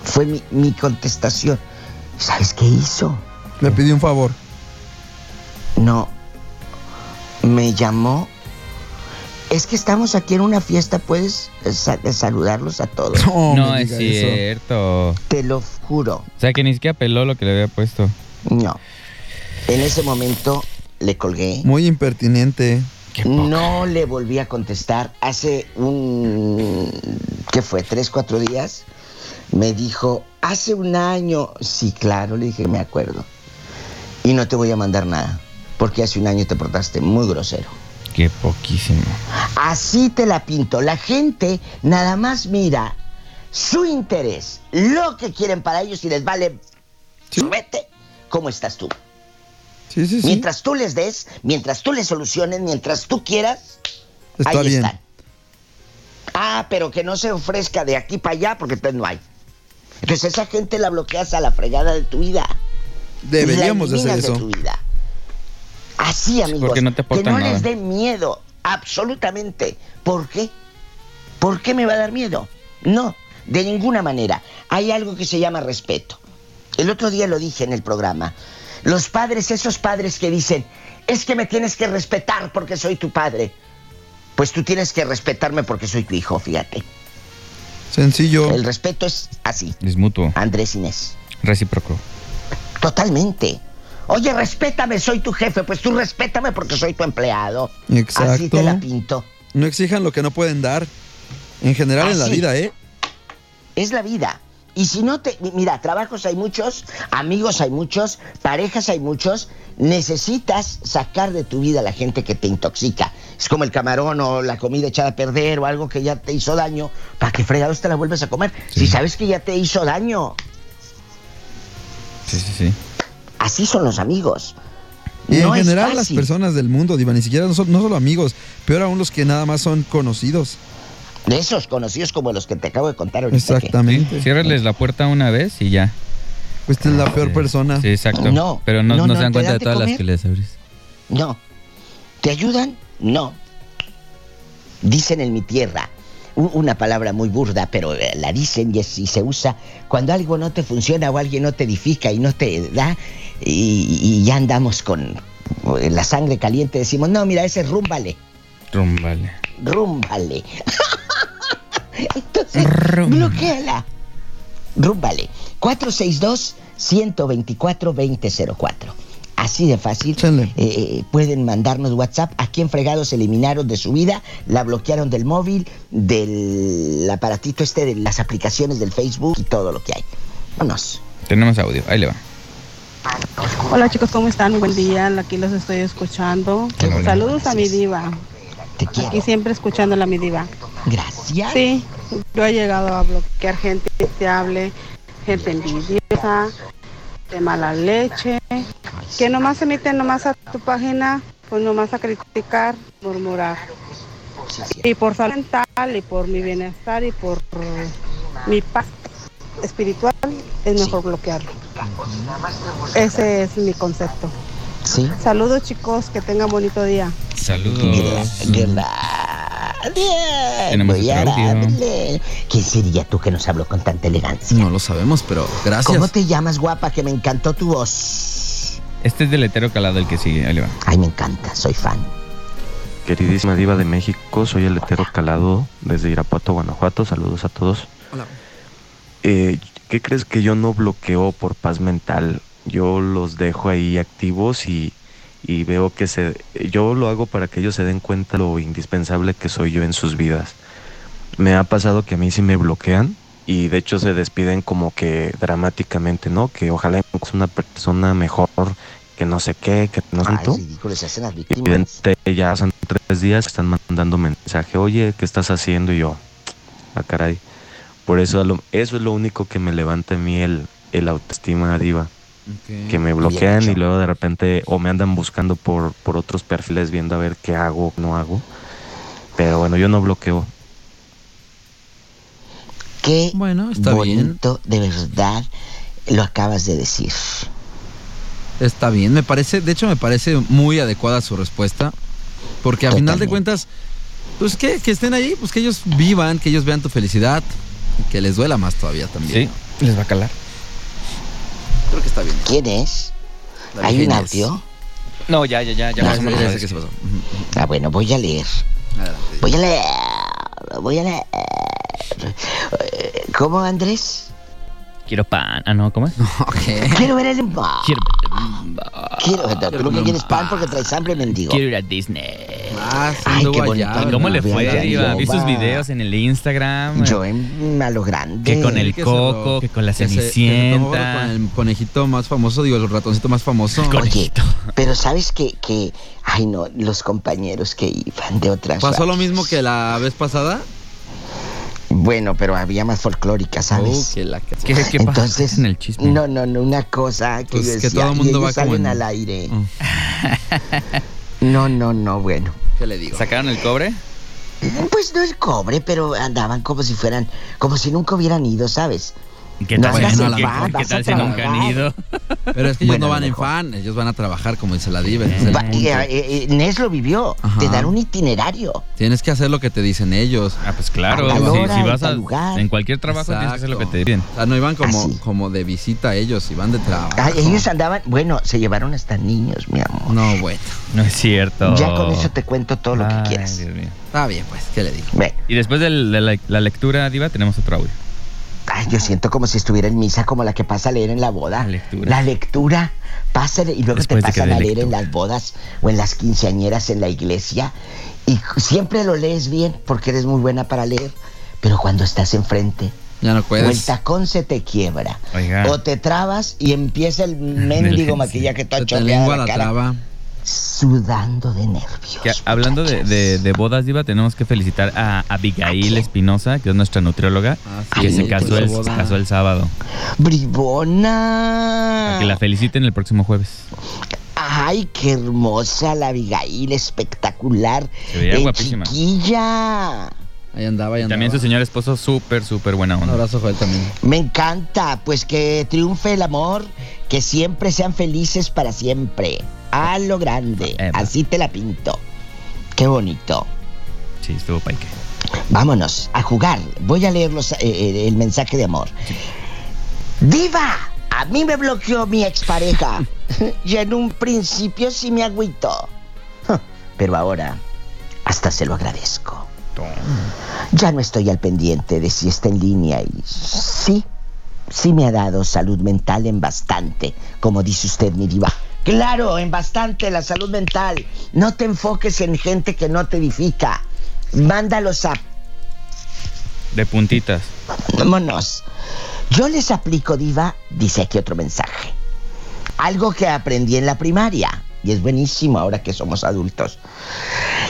Speaker 9: Fue mi, mi contestación. ¿Sabes qué hizo?
Speaker 5: Le pedí un favor.
Speaker 9: No, me llamó. Es que estamos aquí en una fiesta, puedes eh, sa- eh, saludarlos a todos.
Speaker 5: No,
Speaker 3: no
Speaker 5: me
Speaker 3: es
Speaker 5: diga eso.
Speaker 3: cierto.
Speaker 9: Te lo juro,
Speaker 3: O sea, que ni siquiera peló lo que le había puesto.
Speaker 9: no. En ese momento le colgué.
Speaker 5: Muy impertinente.
Speaker 3: Qué poca.
Speaker 9: No le volví a contestar. Hace un... ¿Qué fue? ¿Tres, cuatro días? Me dijo, hace un año. Sí, claro, le dije, me acuerdo. Y no te voy a mandar nada, porque hace un año te portaste muy grosero.
Speaker 3: Qué poquísimo.
Speaker 9: Así te la pinto. La gente nada más mira su interés, lo que quieren para ellos y les vale... Vete, ¿cómo estás tú?
Speaker 5: Sí, sí, sí.
Speaker 9: Mientras tú les des, mientras tú les soluciones, mientras tú quieras,
Speaker 5: Está
Speaker 9: Ahí
Speaker 5: bien.
Speaker 9: están. Ah, pero que no se ofrezca de aquí para allá porque entonces no hay. Entonces esa gente la bloqueas a la fregada de tu vida.
Speaker 5: Deberíamos
Speaker 9: Y
Speaker 5: de
Speaker 9: la
Speaker 5: hacer
Speaker 9: eliminas de
Speaker 5: eso.
Speaker 9: tu vida. Así, amigos.
Speaker 3: porque no te
Speaker 9: que
Speaker 3: aportan
Speaker 9: no
Speaker 3: nada.
Speaker 9: les dé miedo, absolutamente. ¿Por qué? ¿Por qué me va a dar miedo? No, de ninguna manera. Hay algo que se llama respeto. El otro día lo dije en el programa. Los padres, esos padres que dicen, es que me tienes que respetar porque soy tu padre. Pues tú tienes que respetarme porque soy tu hijo, fíjate.
Speaker 5: Sencillo.
Speaker 9: El respeto es así,
Speaker 3: Es mutuo.
Speaker 9: Andrés Inés.
Speaker 3: Recíproco.
Speaker 9: Totalmente. Oye, respétame, soy tu jefe. Pues tú respétame porque soy tu empleado.
Speaker 5: Exacto.
Speaker 9: Así te la pinto.
Speaker 5: No exijan lo que no pueden dar. En general en la
Speaker 9: Así.
Speaker 5: vida, ¿eh?
Speaker 9: Es la vida. Y si no te. mi- Mira, trabajos hay muchos, amigos hay muchos, parejas hay muchos. Necesitas sacar de tu vida a la gente que te intoxica. Es como el camarón o la comida echada a perder o algo que ya te hizo daño. ¿Para que fregados te la vuelves a comer? Si sabes que ya te hizo daño.
Speaker 3: Sí, sí, sí.
Speaker 9: Así son los amigos.
Speaker 5: Y
Speaker 9: No
Speaker 5: en
Speaker 9: es
Speaker 5: general las
Speaker 9: fácil.
Speaker 5: personas del mundo, Diva, ni siquiera no, son- no solo amigos, peor aún los que nada más son conocidos.
Speaker 9: De esos conocidos como los que te acabo de contar ahorita. que-
Speaker 5: Exactamente.
Speaker 3: Ciérrales la puerta una vez y ya.
Speaker 5: Pues esta es la peor
Speaker 3: Ah, Sí.
Speaker 5: persona.
Speaker 3: Sí, exacto.
Speaker 9: No,
Speaker 3: Pero no,
Speaker 9: no,
Speaker 3: no
Speaker 9: no,
Speaker 3: se dan
Speaker 9: te
Speaker 3: cuenta
Speaker 9: dan
Speaker 3: de
Speaker 9: de
Speaker 3: todas las
Speaker 9: comer.
Speaker 3: que les abrís.
Speaker 9: No. ¿Te ayudan? No. Dicen en mi tierra, u- una palabra muy burda, pero eh, la dicen y, es- y se usa cuando algo no te funciona o alguien no te edifica y no te da, y, y ya andamos con eh, la sangre caliente, decimos, no, mira, ese rúmbale,
Speaker 3: Rumbale.
Speaker 9: rúmbale. Entonces,
Speaker 3: Rúmbale.
Speaker 9: bloqueala. Rúmbale. 462-124-2004. Así de fácil.
Speaker 5: Chale.
Speaker 9: Eh, pueden mandarnos WhatsApp. ¿A quién fregados eliminaron de su vida? La bloquearon del móvil, del aparatito este, de las aplicaciones del Facebook y todo lo que hay. Vámonos.
Speaker 3: Tenemos audio, ahí le va.
Speaker 2: Hola chicos, ¿cómo están? Buen día, aquí los estoy escuchando. Saludos a mi diva,
Speaker 9: Te quiero.
Speaker 2: aquí siempre escuchándola a mi diva.
Speaker 9: Gracias.
Speaker 2: Sí, yo he llegado a bloquear gente indeseable, gente envidiosa, de mala leche, que nomás se meten nomás a tu página, pues nomás a criticar, murmurar. Y por salud mental, y por mi bienestar, y por mi paz espiritual, es mejor bloquearlo. Ese es mi concepto.
Speaker 9: Sí.
Speaker 2: Saludos chicos, que tengan bonito día.
Speaker 3: Saludos.
Speaker 9: Gracias.
Speaker 3: Mm. Tenemos
Speaker 9: Muy
Speaker 3: otro audio.
Speaker 9: amable. ¿Quién sería tú que nos habló con tanta elegancia?
Speaker 5: No lo sabemos, pero gracias.
Speaker 9: ¿Cómo te llamas, guapa? Que me encantó tu voz.
Speaker 3: Este es del hetero calado el que sigue, ahí le va.
Speaker 9: Ay, me encanta, soy fan.
Speaker 10: Queridísima diva de México, soy el hetero calado desde Irapuato, Guanajuato. Saludos a todos.
Speaker 5: Hola.
Speaker 10: Eh, ¿Qué crees que yo no bloqueo por paz mental? Yo los dejo ahí activos y, y veo que se... Yo lo hago para que ellos se den cuenta lo indispensable que soy yo en sus vidas. Me ha pasado que a mí sí me bloquean y de hecho se despiden como que dramáticamente, ¿no? Que ojalá es una persona mejor, que no sé qué, que no
Speaker 9: Ay,
Speaker 10: tanto.
Speaker 9: ridículo, se hacen las
Speaker 10: Y
Speaker 9: víctimas.
Speaker 10: evidente, ya hace tres días que están mandando mensaje, oye, ¿qué estás haciendo? Y yo, ah, caray. Por eso, a lo- eso es lo único que me levanta a mí el, el autoestima diva, que me bloquean
Speaker 9: hecho.
Speaker 10: y luego de repente o me andan buscando por, por otros perfiles viendo a ver qué hago, no hago. Pero bueno, yo no bloqueo.
Speaker 9: Qué
Speaker 5: Bueno, está bien.
Speaker 9: bonito, de verdad, lo acabas de decir.
Speaker 5: Está bien, me parece, de hecho me parece muy adecuada su respuesta, porque a final de
Speaker 9: Totalmente.
Speaker 5: cuentas, pues que, que estén ahí, pues que ellos vivan, que ellos vean tu felicidad, y que les duela más todavía también.
Speaker 3: Sí, les va a calar.
Speaker 5: Creo que está bien.
Speaker 9: ¿Quién es?
Speaker 5: La
Speaker 9: ¿Hay un
Speaker 5: Virgenia es-
Speaker 9: audio?
Speaker 3: No, ya, ya, ya, ya.
Speaker 5: Ah,
Speaker 3: más o menos.
Speaker 5: ese que se pasó. Ujú.
Speaker 9: Ah, bueno, voy a leer.
Speaker 5: Adelante.
Speaker 9: Voy a leer. Voy a leer. Eh, ¿Cómo, Andrés?
Speaker 3: Quiero pan. Ah, no, ¿cómo es?
Speaker 5: Ok.
Speaker 9: Quiero ver el bar.
Speaker 3: Quiero,
Speaker 9: Quiero ver. Tú lo que quieres pan porque traes hambre, mendigo.
Speaker 3: Ah, quiero ir a Disney.
Speaker 5: Ah, sí,
Speaker 9: Ay,
Speaker 5: anduvo
Speaker 9: qué bonito.
Speaker 5: allá.
Speaker 3: ¿Cómo le
Speaker 9: no,
Speaker 3: fue,
Speaker 9: bien,
Speaker 3: Diva? Vi sus
Speaker 9: Diva.
Speaker 3: videos en el Instagram.
Speaker 9: Yo en a lo grande.
Speaker 3: Que con el-
Speaker 5: Que se
Speaker 3: coco,
Speaker 5: robó-
Speaker 3: que con la
Speaker 5: se- que se tomó
Speaker 3: Cenicienta.
Speaker 5: Con el conejito más famoso, digo, el ratoncito más famoso.
Speaker 9: Oye, pero sabes que, que, ay no, los compañeros que iban de otras.
Speaker 5: ¿Pasó lo
Speaker 9: radios.
Speaker 5: mismo que la vez pasada?
Speaker 9: Bueno, pero había más folclórica, ¿sabes?
Speaker 5: Oh, que la que-
Speaker 3: ¿Qué, qué pasa
Speaker 9: Entonces,
Speaker 3: en el chisme?
Speaker 9: No, no, no, una cosa que
Speaker 5: Pues
Speaker 9: yo
Speaker 5: que
Speaker 9: decía,
Speaker 5: todo el
Speaker 9: y
Speaker 5: mundo
Speaker 9: ellos
Speaker 5: va como
Speaker 9: salen
Speaker 5: en-
Speaker 9: al aire.
Speaker 3: Oh.
Speaker 5: Mm.
Speaker 9: No, no, no, bueno.
Speaker 5: ¿Qué le digo?
Speaker 3: ¿Sacaron el cobre?
Speaker 9: Pues no el cobre, pero andaban como si fueran, como si nunca hubieran ido, ¿sabes?
Speaker 3: ¿Qué
Speaker 9: No,
Speaker 3: tal, si-
Speaker 5: bueno,
Speaker 3: qué-
Speaker 5: a la
Speaker 3: qué-
Speaker 5: mejor
Speaker 3: qué
Speaker 9: vas a
Speaker 3: tal si nunca han
Speaker 9: trabajar.
Speaker 3: ido?
Speaker 5: Pero es que ellos
Speaker 9: Bueno,
Speaker 5: no
Speaker 9: a
Speaker 5: van
Speaker 9: lo
Speaker 5: en
Speaker 9: mejor.
Speaker 5: fan, ellos van a trabajar como dice la diva.
Speaker 9: Va- y, eh, eh, Nes lo vivió,
Speaker 5: Ajá.
Speaker 9: te dan un itinerario.
Speaker 5: Tienes que hacer lo que te dicen ellos.
Speaker 3: Ah, pues claro.
Speaker 9: A tal
Speaker 3: si-
Speaker 9: hora,
Speaker 3: si
Speaker 9: en
Speaker 3: vas
Speaker 9: tal
Speaker 3: a-
Speaker 9: lugar.
Speaker 3: en cualquier trabajo tienes que hacer lo que
Speaker 5: Exacto.
Speaker 3: te piden.
Speaker 5: O sea, no iban como,
Speaker 3: Ah,
Speaker 9: Así.
Speaker 5: como de visita ellos, iban de trabajo.
Speaker 9: Ah, ellos andaban, bueno, se llevaron hasta niños, mi amor.
Speaker 5: No, bueno.
Speaker 3: No es cierto.
Speaker 9: Ya con eso te cuento todo lo que
Speaker 3: Ay,
Speaker 9: quieras.
Speaker 3: Dios mío.
Speaker 5: Está bien, pues, ¿qué le digo?
Speaker 9: Ve,
Speaker 3: Y después del- de la, la lectura, Diva, tenemos otro audio.
Speaker 9: ay, yo siento como si estuviera en misa, como la que pasa a leer en la boda.
Speaker 3: La lectura.
Speaker 9: La lectura. Pasa y luego
Speaker 3: Después
Speaker 9: te
Speaker 3: de que
Speaker 9: pasan
Speaker 3: dé
Speaker 9: a leer en
Speaker 3: lectura.
Speaker 9: las bodas o en las quinceañeras en la iglesia. Y siempre lo lees bien porque eres muy buena para leer. Pero cuando estás enfrente,
Speaker 5: Ya no
Speaker 9: o el
Speaker 5: puedes.
Speaker 9: tacón se te quiebra.
Speaker 3: Oiga.
Speaker 9: O te trabas y empieza el mendigo maquillaje todo
Speaker 5: Se te
Speaker 9: choqueado
Speaker 5: lengua
Speaker 9: la
Speaker 5: la
Speaker 9: cara.
Speaker 5: traba.
Speaker 9: Sudando de nervios.
Speaker 3: Que hablando de, de- de bodas, Diva, tenemos que felicitar a Abigail Espinosa, que es nuestra nutrióloga,
Speaker 5: Ah, sí,
Speaker 3: que se
Speaker 9: por
Speaker 3: casó
Speaker 9: su
Speaker 3: el,
Speaker 5: boda.
Speaker 3: casó el sábado.
Speaker 9: Bribona.
Speaker 3: Para que la feliciten el próximo jueves.
Speaker 9: Ay, qué hermosa la Abigail, espectacular.
Speaker 3: Se veía
Speaker 9: Eh,
Speaker 3: guapísima.
Speaker 9: Chiquilla.
Speaker 5: Ahí andaba, ahí andaba.
Speaker 3: También su señor esposo, súper, súper buena
Speaker 5: Un
Speaker 3: onda.
Speaker 5: abrazo, Joel, también.
Speaker 9: Me encanta, pues que triunfe el amor, que siempre sean felices para siempre. A lo grande,
Speaker 3: Eva.
Speaker 9: así te la pinto. Qué bonito.
Speaker 3: Sí, estuvo paique.
Speaker 9: Vámonos a jugar. Voy a leer los, eh, eh, el mensaje de amor. ¡Diva! A mí me bloqueó mi expareja. y en un principio sí me agüitó. Pero ahora, hasta se lo agradezco. Ya no estoy al pendiente de si está en línea y sí, sí me ha dado salud mental en bastante, como dice usted, mi diva. Claro, en bastante la salud mental. No te enfoques en gente que no te edifica. Mándalos a
Speaker 3: De puntitas.
Speaker 9: Vámonos. Yo les aplico, Diva, dice aquí otro mensaje. Algo que aprendí en la primaria, y es buenísimo ahora que somos adultos.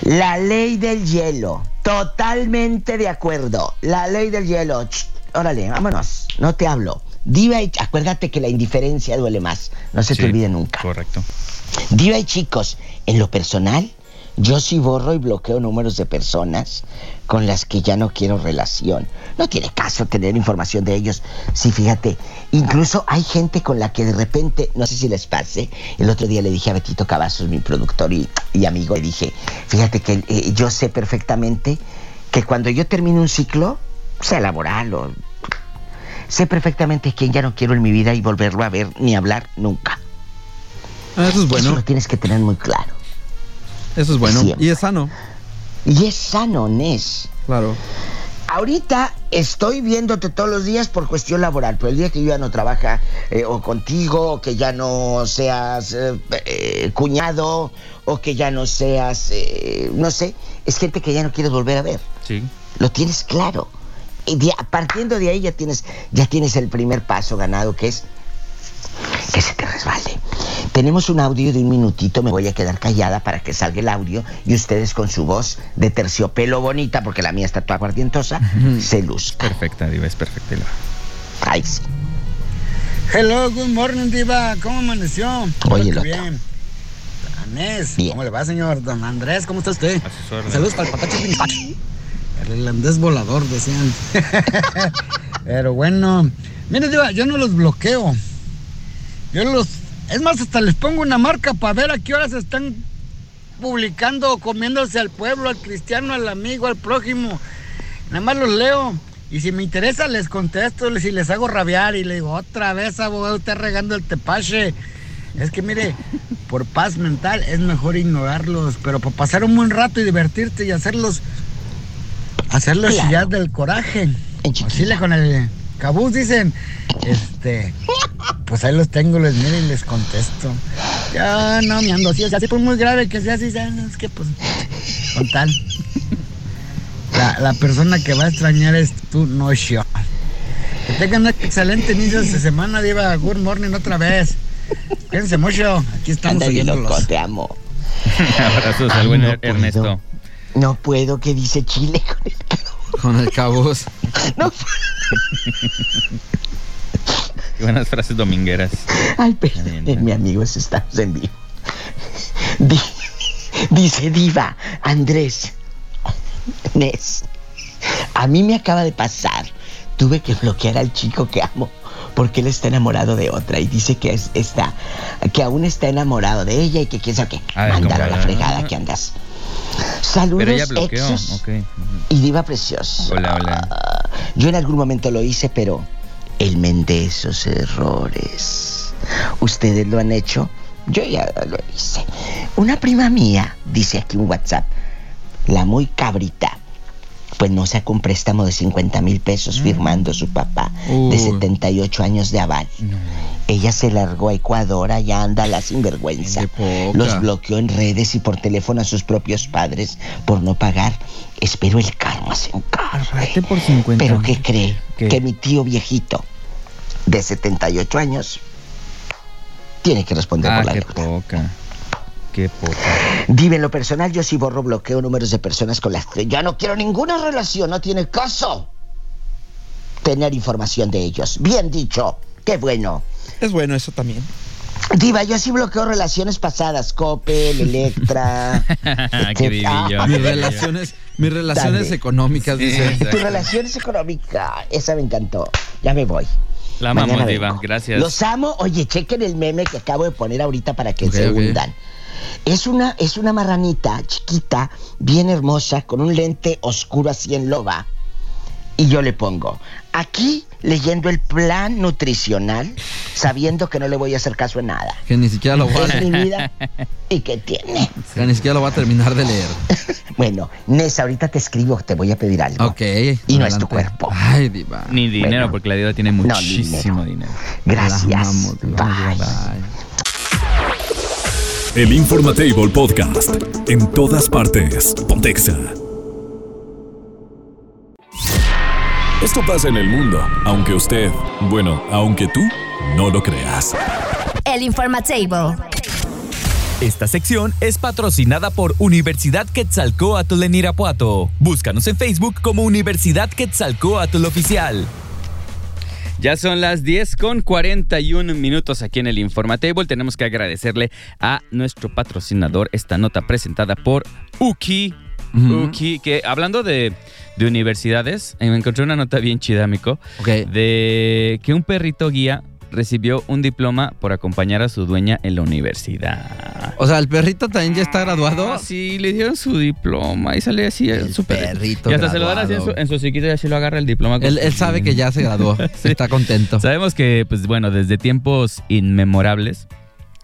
Speaker 9: La ley del hielo. Totalmente de acuerdo. La ley del hielo. Ch, órale, vámonos. No te hablo. Diva, y- acuérdate que la indiferencia duele más. No se te olvide nunca.
Speaker 3: Correcto.
Speaker 9: Diva y chicos, en lo personal, yo sí borro y bloqueo números de personas con las que ya no quiero relación. No tiene caso tener información de ellos. Sí, fíjate, incluso hay gente con la que de repente, no sé si les pase, el otro día le dije a Betito Cavazos, mi productor y, y amigo, le dije, fíjate que eh, yo sé perfectamente que cuando yo termino un ciclo, sea laboral o... Sé perfectamente quién ya no quiero en mi vida y volverlo a ver ni hablar nunca.
Speaker 5: Ah, Eso es bueno.
Speaker 9: Eso lo tienes que tener muy claro.
Speaker 5: Eso es bueno.
Speaker 9: Siempre.
Speaker 5: Y es sano.
Speaker 9: Y es sano, Nes.
Speaker 5: Claro.
Speaker 9: Ahorita estoy viéndote todos los días por cuestión laboral, pero el día que yo ya no trabaja eh, o contigo, o que ya no seas eh, eh, cuñado, o que ya no seas, eh, no sé, es gente que ya no quieres volver a ver.
Speaker 3: Sí.
Speaker 9: Lo tienes claro. Y de- partiendo de ahí ya tienes, ya tienes el primer paso ganado, que es que se te resbale. Tenemos un audio de un minutito, me voy a quedar callada para que salga el audio y ustedes con su voz de terciopelo bonita, porque la mía está toda guardientosa, se luzca.
Speaker 3: Perfecta, Diva, es perfecta. Diva.
Speaker 9: Ay, sí.
Speaker 11: Hello, good morning, Diva. ¿Cómo amaneció?
Speaker 9: Oye,
Speaker 11: Espero
Speaker 9: loco.
Speaker 11: que bien. Anés,
Speaker 9: Bien.
Speaker 11: ¿cómo le va, señor? Don Andrés, ¿cómo está usted? Saludos para el patacho Pinipacho. El irlandés volador, decían. Pero bueno, mire, Diva, yo no los bloqueo. Yo los. Es más, hasta les pongo una marca para ver a qué horas están publicando o comiéndose al pueblo, al cristiano, al amigo, al prójimo. Nada más los leo. Y si me interesa, les contesto, si les hago rabiar y le digo, otra vez, abogado, está regando el tepache. Es que mire, por paz mental es mejor ignorarlos, pero para pasar un buen rato y divertirte y hacerlos, hacerlos
Speaker 9: Claro.
Speaker 11: chillar del coraje. Así le Pues con el cabuz dicen, este, pues ahí los tengo, les miro y les contesto. Ya no me ando así, o sea, así por muy grave que sea así, ya, es que pues, con tal. La, la persona que va a extrañar es tú, no es yo. Que tengan un excelente inicio de semana, Diva. Good morning otra vez. Cuídense mucho. Aquí estamos
Speaker 9: Ándale,
Speaker 11: oyéndolos.
Speaker 9: loco, te amo.
Speaker 3: Abrazos
Speaker 9: Ay,
Speaker 3: al buen
Speaker 9: no
Speaker 3: Her- Ernesto.
Speaker 9: No puedo, que dice Chile con el calor.
Speaker 5: Con el cabos.
Speaker 9: No
Speaker 3: Y buenas frases domingueras.
Speaker 9: Ay, perdónenme, amigos, estamos en vivo. Di- dice Diva, Andrés, Nes, a mí me acaba de pasar. Tuve que bloquear al chico que amo porque él está enamorado de otra y dice que es, está, que aún está enamorado de ella y que quién sabe qué.
Speaker 3: A ver,
Speaker 9: Mándalo a
Speaker 3: compa.
Speaker 9: la fregada que andas. Saludos,
Speaker 3: Ah, Pero ella bloqueó.
Speaker 9: exos
Speaker 3: Ok.
Speaker 9: y Diva Preciosa.
Speaker 3: Hola, hola.
Speaker 9: Yo en algún momento lo hice, pero el mendesos errores. Ustedes lo han hecho, yo ya lo hice. Una prima mía, dice aquí un WhatsApp, la muy cabrita, pues no sacó un préstamo de 50 mil pesos firmando su papá de
Speaker 12: Uy.
Speaker 9: 78 años de aval. Ella se largó a Ecuador, allá anda la sinvergüenza. Los bloqueó en redes y por teléfono a sus propios padres por no pagar. Espero el karma se encargue. Pero ¿qué cree? Que mi tío viejito de 78 años tiene que responder
Speaker 3: Ah,
Speaker 9: por la
Speaker 3: qué
Speaker 9: deuda.
Speaker 3: poca. Qué poca.
Speaker 9: Dime, en lo personal, yo sí borro, bloqueo números de personas con las que ya no quiero ninguna relación, no tiene caso tener información de ellos. Bien dicho, qué bueno.
Speaker 5: Es bueno eso también.
Speaker 9: Diva, yo sí bloqueo relaciones pasadas, Coppel, Electra.
Speaker 3: qué vivillo.
Speaker 5: Mis relaciones, mis relaciones
Speaker 9: Dale.
Speaker 5: económicas, dice.
Speaker 9: Tu relación es económica, esa me encantó. Ya me voy.
Speaker 3: La amamos,
Speaker 9: Mañana
Speaker 3: Diva.
Speaker 9: vengo.
Speaker 3: Gracias.
Speaker 9: Los amo. Oye, chequen el meme que acabo de poner ahorita para que
Speaker 3: Ok,
Speaker 9: se
Speaker 3: ok.
Speaker 9: hundan. Es una, es una marranita chiquita, bien hermosa, con un lente oscuro así en loba. Y yo le pongo, aquí leyendo el plan nutricional, sabiendo que no le voy a hacer caso en nada.
Speaker 5: Que ni siquiera lo va
Speaker 9: Es mi vida y que tiene.
Speaker 5: Que ni siquiera lo va a terminar de leer.
Speaker 9: Bueno, Nes, ahorita te escribo, te voy a pedir algo.
Speaker 5: Ok. Y
Speaker 9: no es tu cuerpo.
Speaker 5: Ay, diva.
Speaker 3: Ni dinero,
Speaker 9: Bueno.
Speaker 3: porque la diva tiene
Speaker 9: No,
Speaker 3: muchísimo dinero.
Speaker 9: Gracias.
Speaker 1: El Informatable Podcast. En todas partes. Pontexa. Esto pasa en el mundo, aunque usted, bueno, aunque tú no lo creas.
Speaker 4: El Informatable.
Speaker 13: Esta sección es patrocinada por Universidad Quetzalcoatl en Irapuato. Búscanos en Facebook como Universidad Quetzalcoatl Oficial.
Speaker 3: Ya son las 10 con 41 minutos aquí en el Informatable. Tenemos que agradecerle a nuestro patrocinador esta nota presentada por Uki.
Speaker 13: Ujú.
Speaker 3: Uki, que hablando de, de universidades, eh, me encontré una nota bien chida, Mico, de que un perrito guía recibió un diploma por acompañar a su dueña en la universidad.
Speaker 5: O sea, el perrito también ya está graduado.
Speaker 3: Sí, le dieron su diploma y sale así el su
Speaker 5: Oh. perrito.
Speaker 3: Y hasta se lo dan así en su, en su chiquito y así lo agarra el diploma.
Speaker 5: Él- él sabe que ya se graduó.
Speaker 3: Está
Speaker 5: contento.
Speaker 3: Sabemos que, pues bueno, desde tiempos inmemorables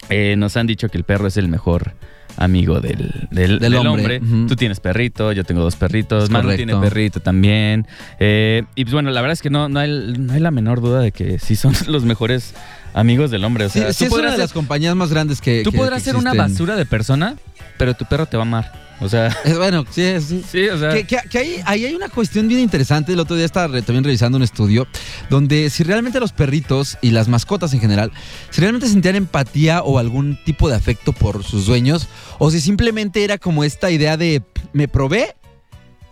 Speaker 3: eh, nos han dicho que el perro es el mejor amigo del, del-
Speaker 5: Del
Speaker 3: del
Speaker 5: hombre.
Speaker 3: hombre.
Speaker 5: Ujú.
Speaker 3: Tú tienes perrito, yo tengo dos perritos,
Speaker 5: Es
Speaker 3: Manu
Speaker 5: correcto.
Speaker 3: tiene perrito también. Eh, y pues bueno, la verdad es que no, no, hay, no hay la menor duda de que sí son los mejores amigos del hombre. O
Speaker 5: Sí,
Speaker 3: sea,
Speaker 5: sí es una
Speaker 3: podrás
Speaker 5: de
Speaker 3: ser-
Speaker 5: las compañías más grandes que.
Speaker 3: Tú
Speaker 5: que-
Speaker 3: podrás
Speaker 5: que
Speaker 3: ser una
Speaker 5: existen.
Speaker 3: basura de persona, pero tu perro te va a amar. O sea,
Speaker 5: Es bueno, sí, sí.
Speaker 3: Sí, o sea.
Speaker 5: Que, que- que ahí, ahí hay una cuestión bien interesante. El otro día estaba re- también revisando un estudio donde si realmente los perritos y las mascotas en general, si realmente sentían empatía o algún tipo de afecto por sus dueños, o si simplemente era como esta idea de me probé,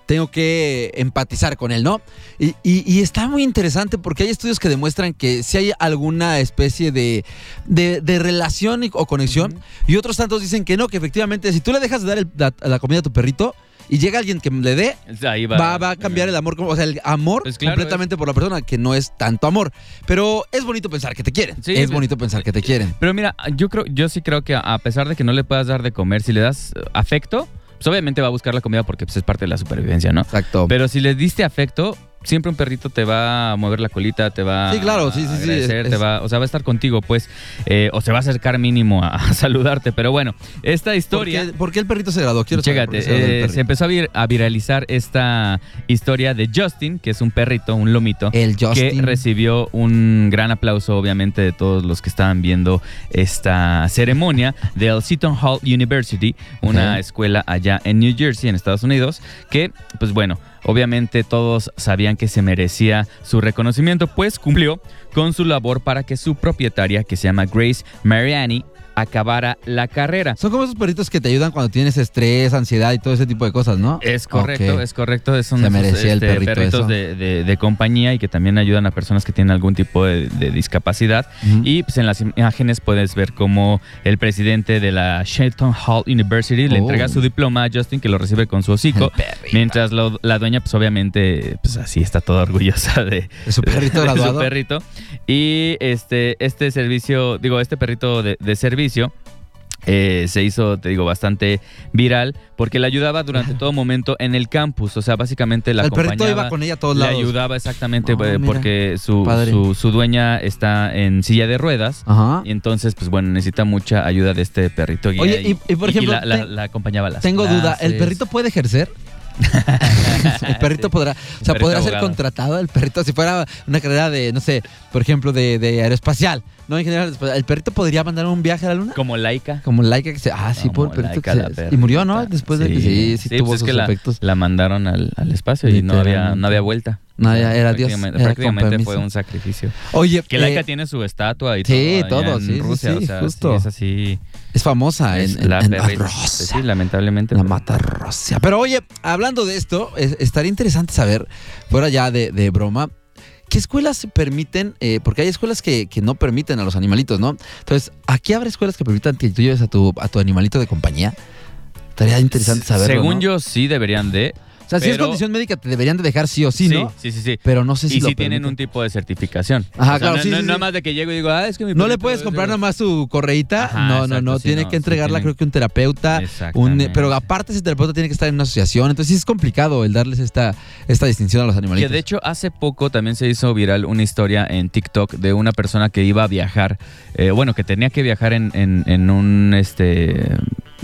Speaker 5: tengo que empatizar con él, ¿no? Y, y- y está muy interesante porque hay estudios que demuestran que si hay alguna especie de, de- de relación y- o conexión, y otros tantos dicen que no, que efectivamente si tú le dejas de dar el- la, la comida a tu perrito y llega alguien que le dé,
Speaker 3: ahí va. Pues
Speaker 5: va, va a cambiar el amor, o sea, el amor
Speaker 3: claro,
Speaker 5: completamente por la persona, que no es tanto amor. Pero es bonito pensar que te quieren.
Speaker 3: Sí,
Speaker 5: es
Speaker 3: pues-
Speaker 5: bonito pensar que te quieren.
Speaker 3: Pero mira, yo creo, yo sí creo que a pesar de que no le puedas dar de comer, si le das eh, afecto, pues obviamente va a buscar la comida porque pues, es parte de la supervivencia, ¿no?
Speaker 5: Exacto.
Speaker 3: Pero si le diste afecto, siempre un perrito te va a mover la colita, te va
Speaker 5: Sí, claro, sí, sí,
Speaker 3: a
Speaker 5: sí,
Speaker 3: agradecer,
Speaker 5: es-
Speaker 3: te
Speaker 5: es-
Speaker 3: va, o sea, va a estar contigo, pues, eh, o se va a acercar mínimo a, a saludarte. Pero bueno, esta
Speaker 5: ¿Por
Speaker 3: historia.
Speaker 5: qué, por qué el perrito se graduó? Quiero saber por
Speaker 3: Chécate,
Speaker 5: qué se graduó el
Speaker 3: eh,
Speaker 5: perrito.
Speaker 3: se empezó a, vir- a viralizar esta historia de Justin, que es un perrito, un lomito.
Speaker 5: El
Speaker 3: Que
Speaker 5: Justin.
Speaker 3: recibió un gran aplauso, obviamente, de todos los que estaban viendo esta ceremonia del Seton Hall University, una
Speaker 13: Ujú.
Speaker 3: escuela allá en New Jersey, en Estados Unidos, que, pues bueno, obviamente todos sabían que se merecía su reconocimiento, pues cumplió con su labor para que su propietaria, que se llama Grace Mariani, acabara la carrera.
Speaker 5: Son como esos perritos que te ayudan cuando tienes estrés, ansiedad y todo ese tipo de cosas, ¿no?
Speaker 3: Es correcto,
Speaker 5: Ok.
Speaker 3: es correcto. Son
Speaker 5: Se
Speaker 3: esos,
Speaker 5: merecía el
Speaker 3: este,
Speaker 5: perrito
Speaker 3: perritos
Speaker 5: eso.
Speaker 3: De, de- de compañía y que también ayudan a personas que tienen algún tipo de, de discapacidad. Y pues en las imágenes puedes ver cómo el presidente de la Shelton Hall University le
Speaker 13: Oh.
Speaker 3: entrega su diploma a Justin, que lo recibe con su hocico. Mientras lo- la dueña, pues obviamente, pues así está toda orgullosa de,
Speaker 5: De su perrito
Speaker 3: de su
Speaker 5: graduado.
Speaker 3: perrito. Y este, este servicio, digo, este perrito de- de servicio eh, se hizo, te digo, bastante viral porque la ayudaba durante todo momento en el campus. O sea, básicamente la
Speaker 5: El perrito
Speaker 3: acompañaba,
Speaker 5: iba con ella a todos lados.
Speaker 3: Le ayudaba exactamente
Speaker 5: Ah,
Speaker 3: pues,
Speaker 5: mira.
Speaker 3: porque su,
Speaker 5: Padre.
Speaker 3: su, su dueña está en silla de ruedas.
Speaker 5: Ajá.
Speaker 3: Y entonces, pues bueno, necesita mucha ayuda de este perrito guía.
Speaker 5: Oye, y- y por ejemplo,
Speaker 3: la, la-
Speaker 5: te-
Speaker 3: la acompañaba a las
Speaker 5: Tengo duda, ¿el
Speaker 3: clases.
Speaker 5: perrito puede ejercer? el perrito podrá, o sea,
Speaker 3: perrito
Speaker 5: podrá ser
Speaker 3: abogado.
Speaker 5: contratado el perrito si fuera una carrera de, no sé, por ejemplo, de, de aeroespacial, no en general, pues, el perrito podría mandar un viaje a la luna.
Speaker 3: Como laica.
Speaker 5: Como Laika que se, ah, sí, por el perrito que
Speaker 3: Laika, la
Speaker 5: se- y
Speaker 3: perrita.
Speaker 5: murió, ¿no? Después de que sí, sí, tuvo
Speaker 3: pues es
Speaker 5: sus
Speaker 3: que la-
Speaker 5: efectos.
Speaker 3: La, mandaron al, al espacio y no había,
Speaker 5: Literalmente.
Speaker 3: no había vuelta.
Speaker 5: No,
Speaker 3: O sea,
Speaker 5: ya era Dios,
Speaker 3: prácticamente-
Speaker 5: era con
Speaker 3: Prácticamente fue
Speaker 5: permiso.
Speaker 3: un sacrificio.
Speaker 5: Oye,
Speaker 3: que Laika
Speaker 5: eh,
Speaker 3: tiene su estatua y
Speaker 5: sí,
Speaker 3: todo. allá
Speaker 5: todo,
Speaker 3: en
Speaker 5: sí, sí,
Speaker 3: Rusia,
Speaker 5: sí,
Speaker 3: o sea,
Speaker 5: justo.
Speaker 3: es así.
Speaker 5: Es famosa
Speaker 3: Es
Speaker 5: en,
Speaker 3: la
Speaker 5: en- en
Speaker 3: perrita.
Speaker 5: Rusia.
Speaker 3: Sí, lamentablemente.
Speaker 5: La mata Rusia. Pero oye, hablando de esto, es- estaría interesante saber, fuera ya de, de broma, ¿qué escuelas permiten? eh, porque hay escuelas que, que no permiten a los animalitos, ¿no? Entonces, ¿aquí habrá escuelas que permitan que tú lleves a tu, a tu animalito de compañía? Estaría interesante saberlo.
Speaker 3: Según
Speaker 5: ¿no?
Speaker 3: yo, sí deberían de.
Speaker 5: O
Speaker 6: sea, si es
Speaker 3: Pero-
Speaker 6: condición médica, te deberían de dejar sí o sí, ¿no?
Speaker 3: Sí, sí, sí.
Speaker 6: Pero no sé si
Speaker 3: Y
Speaker 6: lo
Speaker 3: sí tienen
Speaker 6: permiten.
Speaker 3: un tipo de certificación.
Speaker 6: Ajá,
Speaker 3: O sea,
Speaker 6: claro,
Speaker 3: no-
Speaker 6: sí,
Speaker 3: no-
Speaker 6: sí,
Speaker 3: no
Speaker 6: sí.
Speaker 3: más de que llego y digo, ah, es que mi
Speaker 6: No le
Speaker 3: perrito
Speaker 6: puedes
Speaker 3: es-
Speaker 6: comprar nomás tu correíta. no,
Speaker 3: Ajá,
Speaker 6: no,
Speaker 3: exacto,
Speaker 6: no.
Speaker 3: sí,
Speaker 6: tiene
Speaker 3: no,
Speaker 6: que
Speaker 3: sí
Speaker 6: entregarla,
Speaker 3: tienen-
Speaker 6: creo que un terapeuta. Un,
Speaker 3: Exactamente.
Speaker 6: pero aparte, ese terapeuta tiene que estar en una asociación. Entonces, sí es complicado el darles esta, esta distinción a los animalitos.
Speaker 3: Que de hecho hace poco también se hizo viral una historia en TikTok de una persona que iba a viajar, eh, bueno, que tenía que viajar en, en- en un este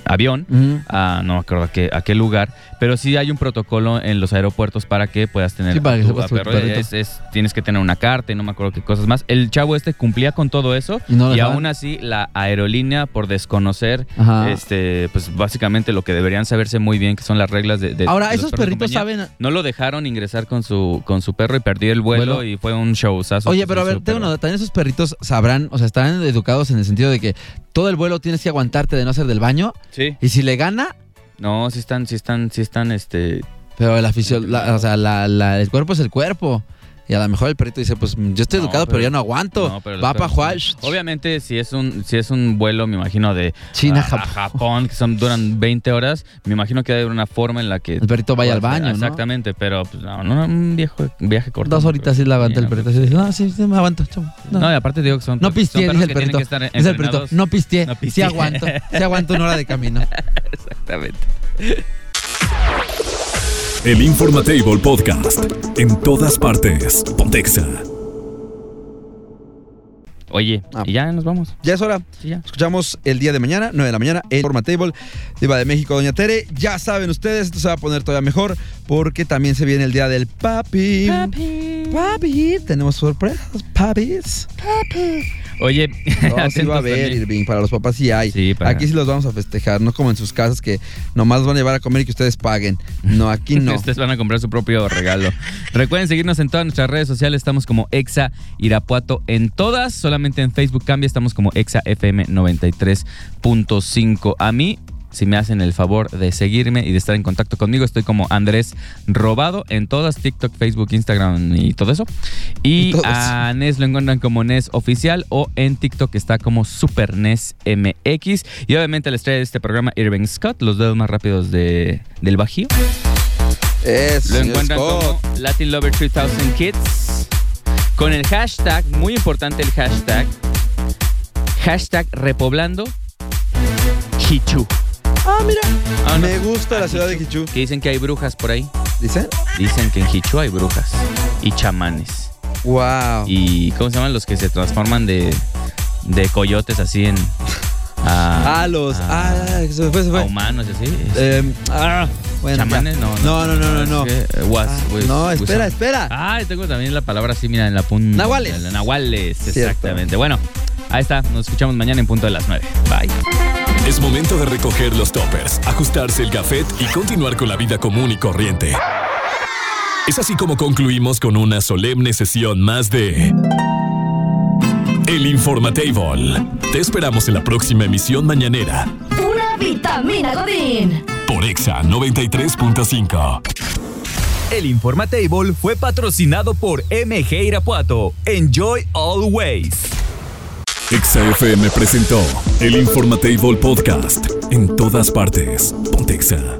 Speaker 3: avión, a, no me acuerdo a qué, a qué lugar, pero sí hay un protocolo en los aeropuertos para que puedas tener
Speaker 6: Sí, para que
Speaker 3: tu-
Speaker 6: sepas tu
Speaker 3: perro,
Speaker 6: perrito.
Speaker 3: es- es- tienes que tener una carta y no me acuerdo qué cosas más. El chavo este cumplía con todo eso
Speaker 6: Y no lo
Speaker 3: y
Speaker 6: dejaban.
Speaker 3: aún así la aerolínea por desconocer,
Speaker 6: Ajá.
Speaker 3: este, pues básicamente lo que deberían saberse muy bien que son las reglas de, de-
Speaker 6: Ahora,
Speaker 3: de los
Speaker 6: esos
Speaker 3: perros de
Speaker 6: perritos
Speaker 3: compañía.
Speaker 6: saben-
Speaker 3: No lo dejaron ingresar con su, con su perro y perdió el vuelo
Speaker 6: Vuelo.
Speaker 3: y fue un showzazo.
Speaker 6: Oye, pero a ver, tengo una duda. También esos perritos sabrán, o sea, están educados en el sentido de que todo el vuelo tienes que aguantarte de no hacer del baño.
Speaker 3: Sí.
Speaker 6: Y si le gana,
Speaker 3: No, sí están, sí están, sí están, este...
Speaker 6: pero el aficio- la- o sea, la- la- el cuerpo es el cuerpo. Y a lo mejor el perrito dice, pues yo estoy educado, pero, ya no aguanto.
Speaker 3: No, pero los
Speaker 6: Va para
Speaker 3: perros-
Speaker 6: jugar.
Speaker 3: Obviamente, si es un, si es un vuelo, me imagino, de
Speaker 6: China,
Speaker 3: a- a Japón, que son, duran 20 horas, me imagino que hay una forma en la que. El
Speaker 6: perrito vaya al baño, ¿no?
Speaker 3: Exactamente, pero pues, no, no, un viejo- un viaje corto.
Speaker 6: Dos horitas sí la aguanta el perrito.
Speaker 5: pues,
Speaker 6: Así dice, no, sí, sí, me aguanto. chavo,
Speaker 3: No, y aparte digo que son.
Speaker 6: No
Speaker 3: son
Speaker 6: pisteé,
Speaker 3: perros
Speaker 6: dice el
Speaker 3: que tienen
Speaker 6: perrito.
Speaker 3: que estar
Speaker 6: Dice el perrito,
Speaker 3: entrenados.
Speaker 6: no pisteé,
Speaker 3: No
Speaker 6: sí
Speaker 3: pisteé.
Speaker 6: aguanto, sí aguanto una hora de camino.
Speaker 3: Exactamente.
Speaker 1: El Informatable Podcast. En todas partes. Pontexa.
Speaker 3: Oye,
Speaker 5: Ah.
Speaker 3: y ya nos vamos.
Speaker 5: Ya es hora.
Speaker 3: Sí, ya.
Speaker 5: Escuchamos el día de mañana, 9 de la mañana, el Informatable, Diva de México, Doña Tere. Ya saben ustedes, esto se va a poner todavía mejor porque también se viene el día del papi.
Speaker 3: Papi.
Speaker 5: Papi. Tenemos sorpresas, papis.
Speaker 8: Papi.
Speaker 3: Oye,
Speaker 5: No, sí va a
Speaker 3: atentos
Speaker 5: haber,
Speaker 3: también.
Speaker 5: Irving, para los papás sí hay.
Speaker 3: para-
Speaker 5: Aquí sí los vamos a festejar, no como en sus casas que nomás van a llevar a comer y que ustedes paguen. No, aquí no.
Speaker 3: Ustedes van a comprar su propio regalo. Recuerden seguirnos en todas nuestras redes sociales. Estamos como Exa Irapuato en todas. Solamente en Facebook cambia. Estamos como Exa FM 93.5. A mí, si me hacen el favor de seguirme y de estar en contacto conmigo, estoy como Andrés Robado en todas: TikTok, Facebook, Instagram y todo eso. Y
Speaker 14: todo eso.
Speaker 3: a Nes lo encuentran como Nes Oficial o en TikTok está como Super Nes MX. Y obviamente la estrella de este programa, Irving Scott, los dedos más rápidos de, del Bajío.
Speaker 5: Eso,
Speaker 3: Lo
Speaker 5: señor
Speaker 3: encuentran
Speaker 5: Scott.
Speaker 3: como Latin Lover 3000 Kids con el hashtag, muy importante el hashtag, hashtag repoblando Hichu.
Speaker 5: Ah, mira.
Speaker 3: Me
Speaker 5: gusta la ciudad de Hichu.
Speaker 3: Que dicen que hay brujas por ahí.
Speaker 5: ¿Dicen?
Speaker 3: Dicen que en Hichu hay brujas y chamanes.
Speaker 5: Wow.
Speaker 3: Y ¿cómo se llaman los que se transforman de, de coyotes así en a,
Speaker 5: A los. Ah, se me fue, se me
Speaker 3: a
Speaker 5: fue.
Speaker 3: humanos y así?
Speaker 5: Eh, ah, bueno, ya.
Speaker 3: ¿Chamanes? No,
Speaker 5: no, no, no, no. no.
Speaker 3: Es que, eh, was-
Speaker 5: Ah,
Speaker 3: was-
Speaker 5: no, espera,
Speaker 3: was-
Speaker 5: espera.
Speaker 3: Ah, tengo también la palabra así, mira, en la punta.
Speaker 5: Nahuales.
Speaker 3: La- Nahuales, exactamente. Bueno, ahí está. Nos escuchamos mañana en punto de las 9. Bye.
Speaker 1: Es momento de recoger los toppers, ajustarse el gafet y continuar con la vida común y corriente. Es así como concluimos con una solemne sesión más de El Informatable. Te esperamos en la próxima emisión mañanera
Speaker 4: Pura vitamina Godín.
Speaker 1: por Exa 93.5.
Speaker 14: El Informatable fue patrocinado por MG Irapuato. Enjoy always.
Speaker 1: Exa FM presentó El Informatable Podcast. En todas partes. Pontexa.